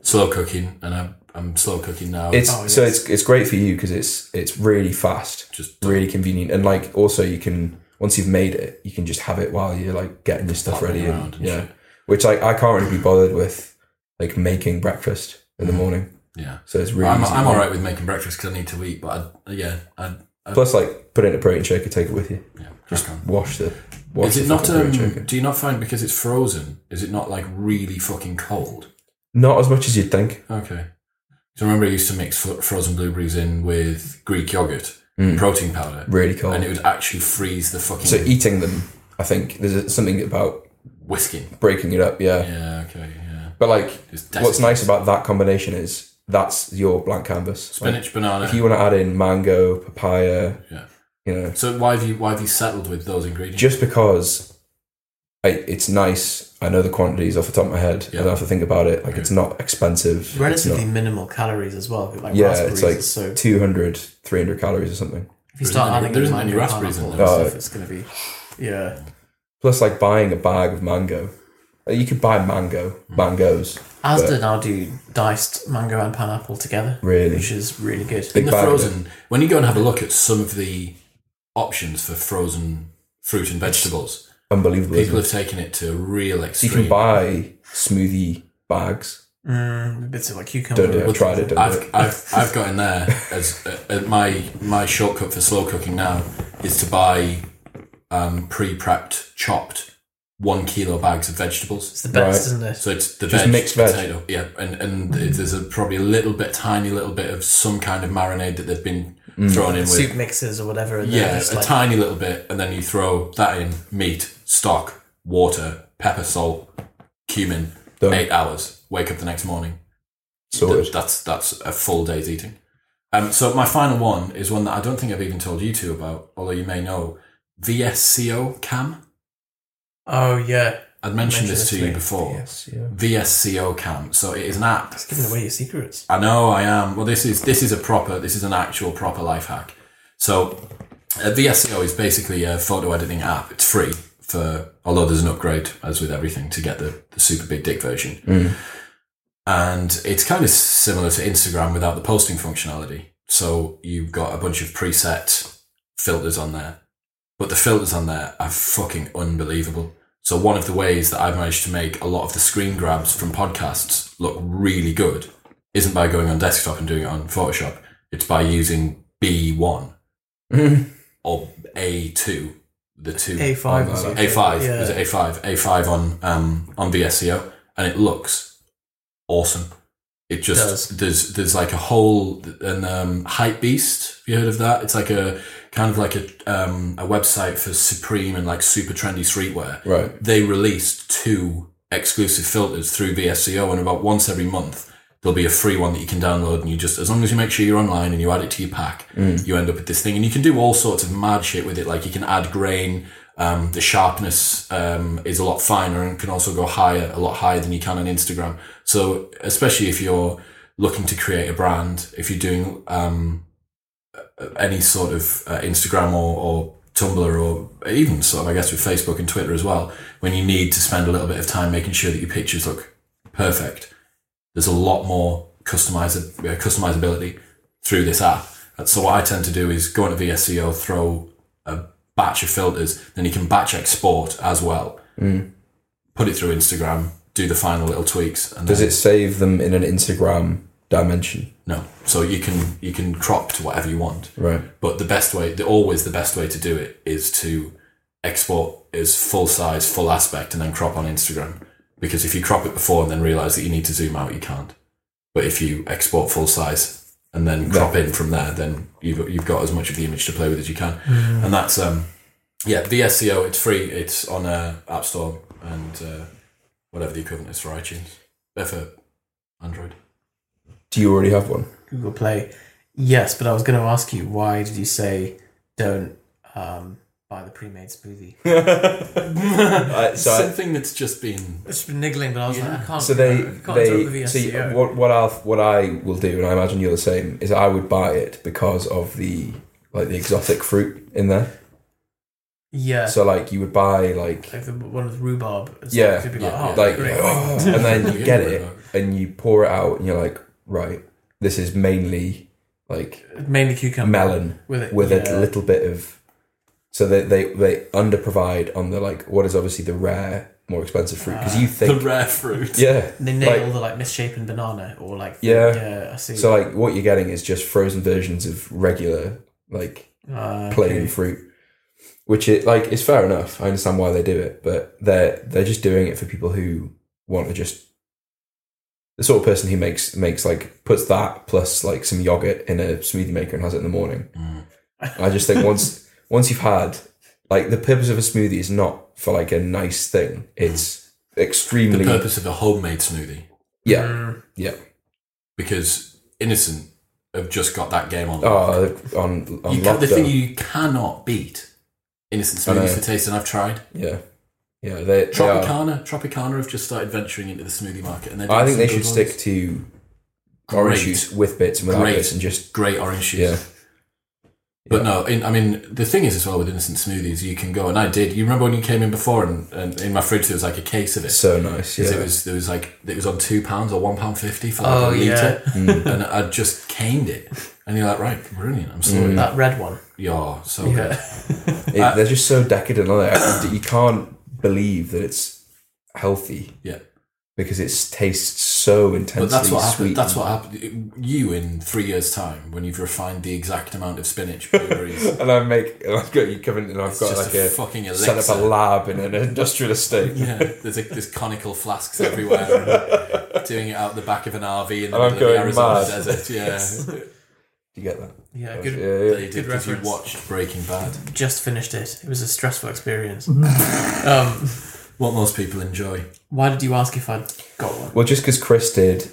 slow cooking, and I'm, I'm slow cooking now.
it's
Oh,
so
yes.
it's it's great for you because it's it's really fast
just
really convenient and like also you can once you've made it, you can just have it while you're like getting your stuff
Popping
ready.
around
And,
and
yeah,
shit.
which like I can't really be bothered with like making breakfast in the morning.
Yeah.
So it's really.
Mm-hmm. I'm,
easy.
I'm all right with making breakfast because I need to eat, but I, yeah, I, I,
Plus, like put it in a protein shake and take it with you.
yeah,
Just
crack on.
wash the. Wash
Is it
the
not?
fucking protein
Um,
shake.
do you not find because it's frozen? Is it not like really fucking cold?
Not as much as you'd think.
Okay. So remember, I used to mix fro- frozen blueberries in with Greek yogurt,
Mm.
protein powder,
Really cold.
and it would actually freeze the fucking
so eating them, I think there's a- something about
whisking.
breaking it up. Yeah,
Yeah. Okay. Yeah.
but like
Just
what's
desiccate.
nice about that combination is that's your blank canvas. Like,
Spinach, banana.
if you want to add in mango, papaya,
yeah.
you know,
So why have you why have you settled with those ingredients?
just because I, it's nice, I know the quantities off the top of my head. I
Yeah.
don't have to think about it. Like it's not expensive.
Relatively minimal calories as well. Like
Yeah,
raspberries
it's like
is so
200, 300 calories or something.
if you
There
start
isn't any-
adding
there
in
isn't any
mango,
raspberries in
pineapple
there.
and
Oh.
stuff, it's gonna be yeah.
Plus, like buying a bag of mango. Like, You could buy mango,
Mm.
mangoes.
Asda now do diced mango and pineapple together,
Really?
which is really good.
in the
bag of it.
frozen. When you go and have a look at some of the options for frozen fruit and vegetables,
Unbelievable. isn't
people have
it?
taken it to a real
So you
extreme.
can buy smoothie bags.
Mm, bits of like cucumber.
Don't do it. I tried it. Don't do
I've,
it.
I've, I've got in there as uh, uh, my my shortcut for slow cooking now is to buy um, pre-prepped chopped one kilo bags of vegetables.
It's the best,
Right.
isn't it?
So it's the
Just
veg,
mixed veg.
potato, yeah, and and it- there's a, probably a little bit, tiny little bit of some kind of marinade that they've been
Mm.
thrown in with.
Soup mixes or whatever. And
Yeah, a
yeah, like,
tiny little bit, and then you throw that in meat, stock, water, pepper, salt, cumin.
Done.
Eight hours. Wake up the next morning.
Sorted.
Th- that's that's a full day's eating. Um, so my final one is one that I don't think I've even told you two about, although you may know VSCO CAM.
oh yeah,
I'd mentioned
mentioned
this
this
to
to
you
me.
before.
Yes, yeah.
VSCO CAM. So it is an app
it's giving away your secrets.
I know I am. Well, this is this is a proper, this is an actual proper life hack. So, uh, VSCO is basically a photo editing app. It's free for, although there's an upgrade as with everything to get the, the super big dick version. And it's kind of similar to Instagram without the posting functionality. So you've got a bunch of preset filters on there, but the filters on there are fucking unbelievable. So one of the ways that I've managed to make a lot of the screen grabs from podcasts look really good isn't by going on desktop and doing it on Photoshop. It's by using B1
Mhm.
or A2, the two
A five.
Oh,
A five.
Yeah.
Was it A five? A five on um on VSCO, and it looks awesome. It just
does.
there's there's like a whole an um hype beast. Have you heard of that? It's like a kind of like a um a website for supreme and like super trendy streetwear.
Right.
They released two exclusive filters through VSCO, and about once every month there'll be a free one that you can download and you just as long as you make sure you're online and you add it to your pack you end up with this thing and you can do all sorts of mad shit with it like you can add grain um, the sharpness um, is a lot finer and can also go higher a lot higher than you can on instagram so especially if you're looking to create a brand if you're doing um, uh, any sort of uh, instagram or, or tumblr or even sort of i guess with facebook and twitter as well when you need to spend a little bit of time making sure that your pictures look perfect there's a lot more customiz- uh, customizability through this app. And so what I tend to do is go into VSCO, throw a batch of filters, then you can batch export as well. Put it through Instagram, do the final little tweaks, and
Does
then,
it save them in an Instagram dimension?
no. So you can you can crop to whatever you want.
Right.
But the best way, the, always the best way to do it is to export as full size, full aspect, and then crop on Instagram. Because if you crop it before and then realize that you need to zoom out, you can't. But if you export full size and then crop in from there, then you've you've got as much of the image to play with as you can.
Hmm.
And that's um, yeah, VSCO. It's free. It's on uh, App Store and uh, whatever the equivalent is for iTunes. They're for Android.
Do you already have one?
Google Play. Yes, but I was going to ask you why did you say don't um, buy the pre-made smoothie?
I, so, I-
Something that's just been
It's been niggling, but I was like, I can't.
so they
I can't do it with
they
the E
see
SEO.
what what I what I will do, and I imagine you're the same. Is I would buy it because of the like the exotic fruit in there.
yeah,
So like you would buy like
like the one with rhubarb. and stuff,
Yeah,
you'd be
yeah,
like, oh,
like
great.
"Oh," and then you get it and you pour it out and you're like right, this is mainly like
mainly cucumber
melon
with it
with
yeah.
a little bit of So they they they underprovide on the like what is obviously the rare, more expensive fruit because you
The
think
rare fruit.
yeah
They nail
like-
the like misshapen banana or like
Yeah.
yeah I see.
so like what you're getting is just frozen versions of regular like
uh,
plain
okay.
fruit, which it like is fair enough. I understand why they do it, but they're they're just doing it for people who want to just the sort of person who makes makes like puts that plus like some yogurt in a smoothie maker and has it in the morning.
Mm.
I just think once once you've had like the purpose of a smoothie is not for like a nice thing. It's
The
extremely
purpose of a homemade smoothie
yeah
Mm,
yeah.
because Innocent have just got that game on.
Oh, on on
you can, the
lockdown.
thing you cannot beat. Innocent
I know.
smoothies for taste, and I've tried.
yeah yeah they, they are-
Tropicana, Tropicana have just started venturing into the smoothie market, and they're
I
doing
think they
some
should
good
stick
ones.
to orange
Great.
juice with bits and without
Great.
bits and just
great orange juice.
Yeah.
But no, in, I mean the thing is as well with innocent smoothies, you can go and I did. You remember when you came in before and, and in my fridge there was like a case of it
so nice.
because
Yeah.
it was there was like it was on two pounds or one pound fifty for like
Oh,
a
yeah.
liter,
Mm.
and I just caned it. And you're like, right, brilliant. I'm
Mm.
sorry,
that red one.
you're so good.
Yeah.
It-
Uh,
they're just so decadent. Aren't they? I- you can't believe that it's healthy
Yeah,
because it tastes so intensely
but that's what happened.
sweet.
That's what happened. You in three years' time when you've refined the exact amount of spinach, blueberries,
and I make, and I've got you coming, and I've
it's
got
just
like
a,
a,
fucking elixir.
set up a lab in an industrial estate,
Yeah, there's like there's conical flasks everywhere, and doing it out the back of an RV in the
And I'm
middle of the
going
Arizona
mad.
desert. Yeah,
Do you get that?
Yeah, good.
Yeah, yeah.
they did
Good
because you
reference.
watched Breaking Bad.
Just finished it. It was a stressful experience. um,
What most people enjoy.
why did you ask if I'd got one?
Well, just because Chris did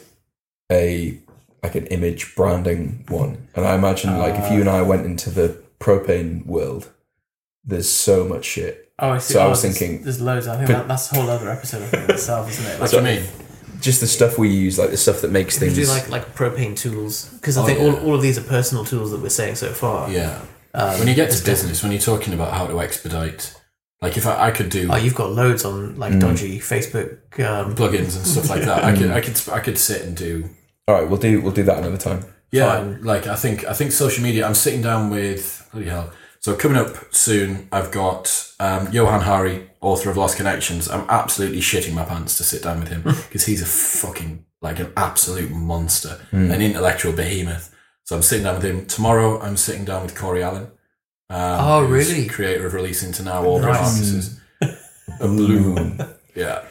a like an image branding one, and I imagine like if you and
Ah.
I went into the propane world, there's so much shit.
Oh, I see.
So I
Oh,
was
there's-
thinking-
there's loads. I think
But-
that, that's a whole other episode I think, in itself, isn't it?
What
Like,
do you mean?
Just the stuff we use, like the stuff that makes
if you
things.
do like like propane tools, because I
Oh,
think
yeah.
all, all of these are personal tools that we're saying so far.
Yeah.
Um,
When you get to business, when you're talking about how to expedite, like if I, I could do
oh, you've got loads on like
Mm.
dodgy Facebook. Um,
plugins and stuff like that, I could I could sp- I could sit and do.
All right, we'll do we'll do that another time.
Yeah,
Fine.
like I think I think social media. I'm sitting down with bloody hell. So coming up soon, I've got um, Johan Hari, author of Lost Connections. I'm absolutely shitting my pants to sit down with him because he's a fucking like an absolute monster,
Hmm.
an intellectual behemoth. So I'm sitting down with him tomorrow. I'm sitting down with Corey Allen. Um,
Oh,
who's
really?
Creator of releasing to now all
Nice.
Narcissus. A blue moon. Yeah.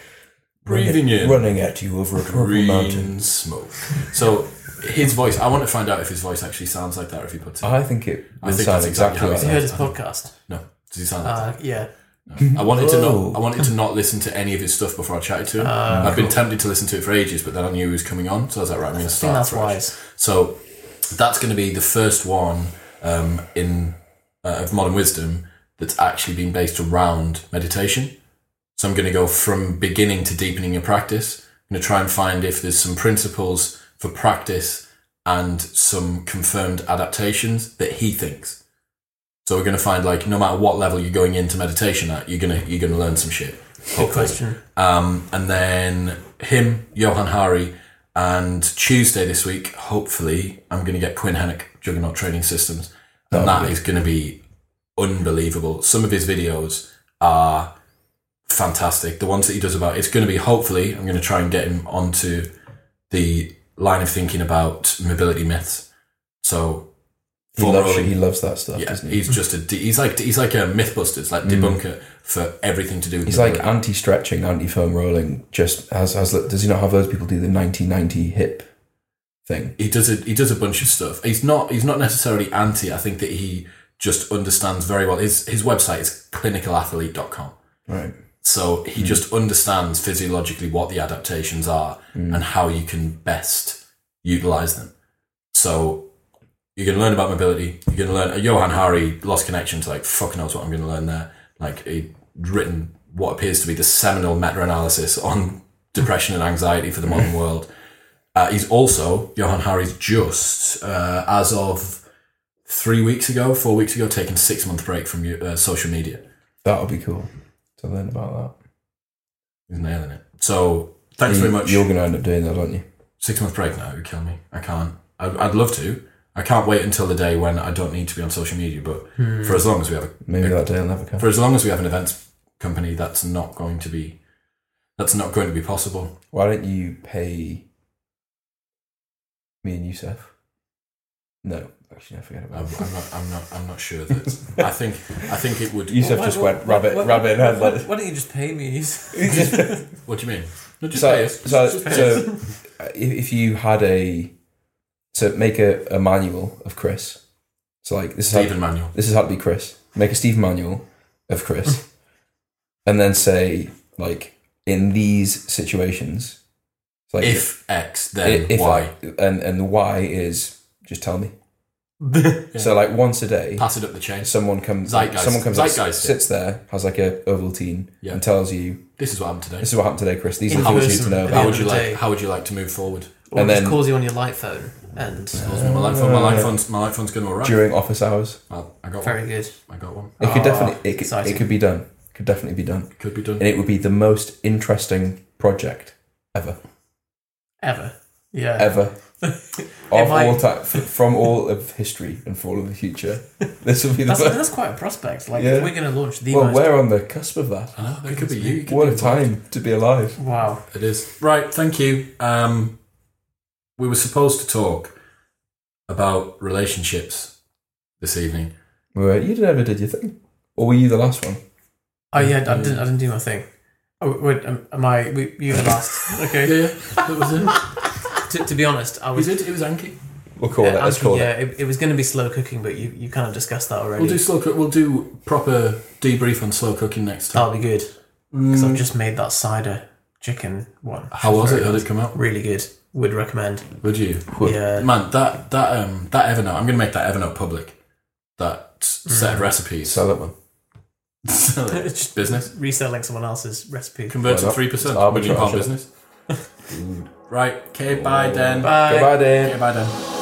Breathing in
running at you over a purple
green
mountain.
smoke. So his voice. I want to find out if his voice actually sounds like that, or if he puts it.
I think it
I
will
think
sound
that's
exactly
exactly
have you
like
how
that.
heard his podcast?
no, does he sound like
Uh, yeah.
that? No. I wanted to
Whoa.
not. I wanted to not listen to any of his stuff before I chatted to him.
Uh,
Uh,
I've been tempted to listen to it for ages, but then I knew he was coming on, so I was like, right, I'm going to
I think
start.
that's
fresh.
wise.
So that's going to be the first one um, in uh, of modern wisdom that's actually been based around meditation. So I'm going to go from beginning to deepening your practice. I'm going to try and find if there's some principles for practice and some confirmed adaptations that he thinks. So we're going to find like no matter what level you're going into meditation at, you're gonna you're gonna learn some shit.
Good
hopefully.
question.
Um, and then him, Johan Hari, and Tuesday this week, hopefully, I'm going to get Quinn Hennick, Juggernaut Training Systems. And that is going to be unbelievable. Some of his videos are fantastic. The ones that he does about it's going to be, hopefully, I'm going to try and get him onto the line of thinking about mobility myths. So,
He
former
loves,
Olymp-
he loves that stuff,
yeah,
doesn't he? Mm.
he's just a de- he's like he's like a MythBusters, like debunker for everything to do with
He's like
mobility.
anti-stretching, anti-foam rolling. Just has has does he not have those people do the 1990 hip thing?
he does a he does a bunch of stuff. He's not he's not necessarily anti. I think that he just understands very well. His his website is clinicalathlete.com.
Right.
So he just understands physiologically what the adaptations are and how you can best utilize them. So you're going to learn about mobility. You're going to learn. Johan Hari lost connections. Like fuck knows what I'm going to learn there. Like he written what appears to be the seminal meta-analysis on depression and anxiety for the modern world. Uh, he's also Johan Hari's just uh, as of three weeks ago, four weeks ago, taken six month break from uh, social media.
That'll be cool to learn about
He's nailing it. So
that.
thanks
You,
very much.
You're going to end up doing that, aren't you?
Six month break now. It would kill me. I can't. I'd, I'd love to. I can't wait until the day when I don't need to be on social media. But
Hmm.
for as long as we have a
Maybe that day will never come.
for as long as we have an events company, that's not going to be that's not going to be possible.
Why don't you pay me and Yusuf? No, actually, I forget
I'm,
about it.
I'm not. I'm not. I'm not sure that. I think. I think it would.
Yusuf just went rabbit,
what-
rabbit in
Why,
headlight.
why don't you just pay me?
What do you mean? No, just pay
so,
us.
so,
Just pay us.
so uh, if, if you had a so make a, a manual of Chris. So like this is how,
Stephen Manuel.
this is how to be Chris. Make a Steve manual of Chris, and then say like in these situations, it's like
If X,
i-
then
if
Y.
and and the why is just tell me. So like once a day,
Pass it up the chain.
someone comes,
Zeitgeist.
someone comes, up,
Zeitgeist it.
sits there, has like a Ovaltine,
Yeah.
and tells you
This is what happened today.
this is what happened today, Chris. These
In
are the things you
person,
need to know
at the
about.
How
end
would
of
you
the
like?
day.
How would you like to move forward?
Or
And
just
then-
calls you on your light phone and
my light phone. My light phone's. My light phone's going to arrive.
during office hours.
Well, I got
very
one.
good.
I got one.
It could
Ah,
definitely, it could,
exciting.
it could be done. It could definitely be done,
It could be done.
and it would be the most interesting project ever,
Ever. Yeah.
ever
It
of
might-
all time, f- from all of history and for all of the future. This would be the
That's,
best.
that's quite a prospect. Like,
Yeah.
if we're going to launch the
Well,
most.
we're on the cusp of that.
I know, Uh, it could be you. you could
What
be
a time to be alive.
Wow.
It is. Right, thank you. Um, we were supposed to talk about relationships this evening.
Where you never did your thing, or were you the last one?
Oh, yeah, I didn't, I didn't do my thing. Oh, wait, am, am I. We, you were last. Okay.
Yeah, that was it.
to, to be honest, I
We
was.
did. It was Anki.
We'll call it.
Yeah,
Let's
Anki,
call it.
yeah, it, it was going to be slow cooking, but you, you kind of discussed that already.
We'll do slow cook. We'll do proper debrief on slow cooking next time.
That'll be good.
Oh,
Because I've just made that cider chicken one.
Mm. How was it? How did it come out?
Really good. Would recommend.
Would you?
Yeah.
Man, that that um that Evernote. I'm gonna make that Evernote public. That s- set of recipes.
Sell that one.
Just business.
Reselling someone else's recipe.
Convert to
Why not?
three percent.
It's
Would you call
arbitrage,
business? right. Okay. Bye, then.
Bye.
Goodbye, Dan.
Okay. Bye, then.